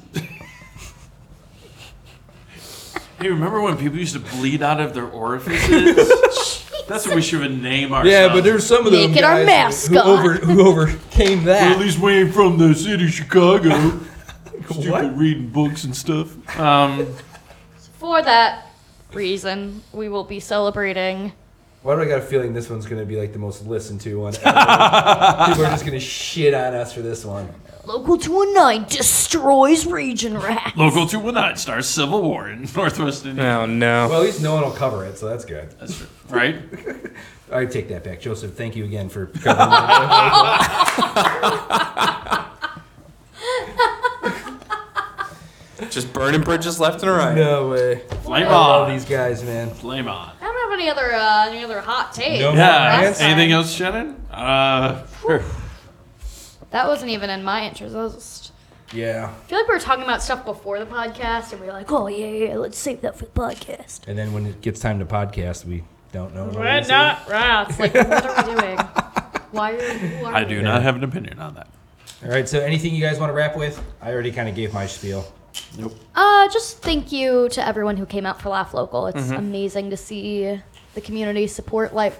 S3: Hey, remember when people used to bleed out of their orifices? That's what we should have named ourselves.
S1: Yeah, but there's some of them
S2: Make it our
S1: guys who, who
S2: mascot.
S1: over who overcame
S3: At
S1: that.
S3: least we ain't from the city of Chicago. Stupid
S1: What?
S3: reading books and stuff. Um,
S2: For that reason, we will be celebrating.
S1: Why do I got a feeling this one's gonna be like the most listened to one? Ever? People are just gonna shit on us for this one.
S2: Local 209 destroys region rat.
S3: Local 219 stars Civil War in Northwest Indiana.
S4: Oh no.
S1: Well, at least no one will cover it, so that's good.
S3: That's true. Right?
S1: I take that back, Joseph. Thank you again for covering. that.
S4: Just burning bridges left and right.
S1: no way.
S3: Flame
S1: All
S3: on.
S1: these guys, man.
S3: Flame on.
S2: I don't have any other uh, any other hot takes.
S1: No.
S3: Yeah.
S1: That's
S3: Anything else, Shannon? Uh,
S2: That wasn't even in my interest. I was just.
S1: Yeah.
S2: I feel like we were talking about stuff before the podcast, and we were like, "Oh yeah, yeah, let's save that for the podcast."
S1: And then when it gets time to podcast, we don't know. what we're gonna
S2: Red
S1: say.
S2: not rats. Like, what are we doing? Why are, who are
S3: I
S2: we?
S3: do not have an opinion on that.
S1: All right. So, anything you guys want to wrap with? I already kind of gave my spiel.
S2: Uh, just thank you to everyone who came out for Laugh Local. It's
S3: Mm-hmm.
S2: amazing to see the community support. Like,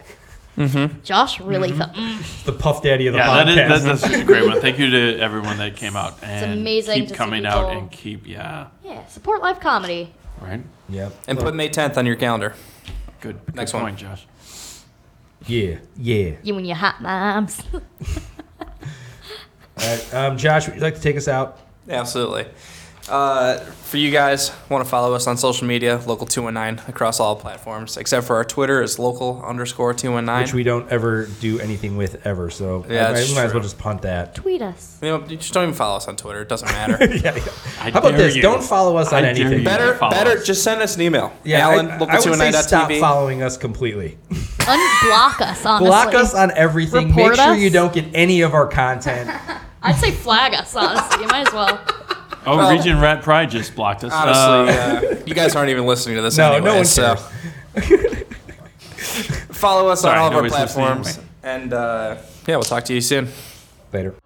S3: Mm-hmm.
S2: Josh really felt mm,
S1: The puff daddy of the
S3: Yeah, that
S1: podcast.
S3: is, that's, that's just a great one. Thank you to everyone that came out and
S2: amazing to
S3: keep
S2: see
S3: coming out
S2: people.
S3: and keep yeah
S2: yeah, support live comedy.
S3: right.
S1: yep.
S4: And put May 10th on your calendar.
S3: Good.
S4: Next
S3: Good
S4: one.
S3: point, Josh.
S1: yeah, yeah.
S2: You and your hot moms.
S1: All right. Um, Josh, would you like to take us out?
S4: Absolutely. Uh, for you guys, want to follow us on social media, local 219 across all platforms, except for our Twitter is local underscore
S1: Which
S4: 219.
S1: we don't ever do anything with ever. So I, I
S4: Yeah,
S1: might
S4: that's
S1: as well
S4: true.
S1: just punt that.
S2: Tweet us.
S4: you, know, you just don't even follow us on Twitter. It doesn't matter.
S1: yeah, yeah.
S3: I
S1: How about
S3: dare
S1: this?
S3: you.
S1: Don't follow us on
S3: I dare
S1: anything.
S3: you.
S4: better,
S3: Follow
S4: better,
S3: us.
S4: just send us an email.
S1: Yeah,
S4: Alan,
S1: I,
S4: local
S1: I would say stop
S4: 219.tv.
S1: following us completely.
S2: Unblock us, honestly.
S1: Block us on everything. Make
S2: Report
S1: sure
S2: us.
S1: you don't get any of our content.
S2: I'd say flag us, honestly. You might as well.
S3: Oh, Region Rat Pride just blocked us.
S4: Honestly,
S3: Uh,
S4: uh, you guys aren't even listening to this
S1: No,
S4: anyway.
S1: no one
S4: so. follow us
S3: Sorry,
S4: on all of our
S3: nobody's listening
S4: platforms. And uh, yeah, we'll talk to you soon.
S1: Later.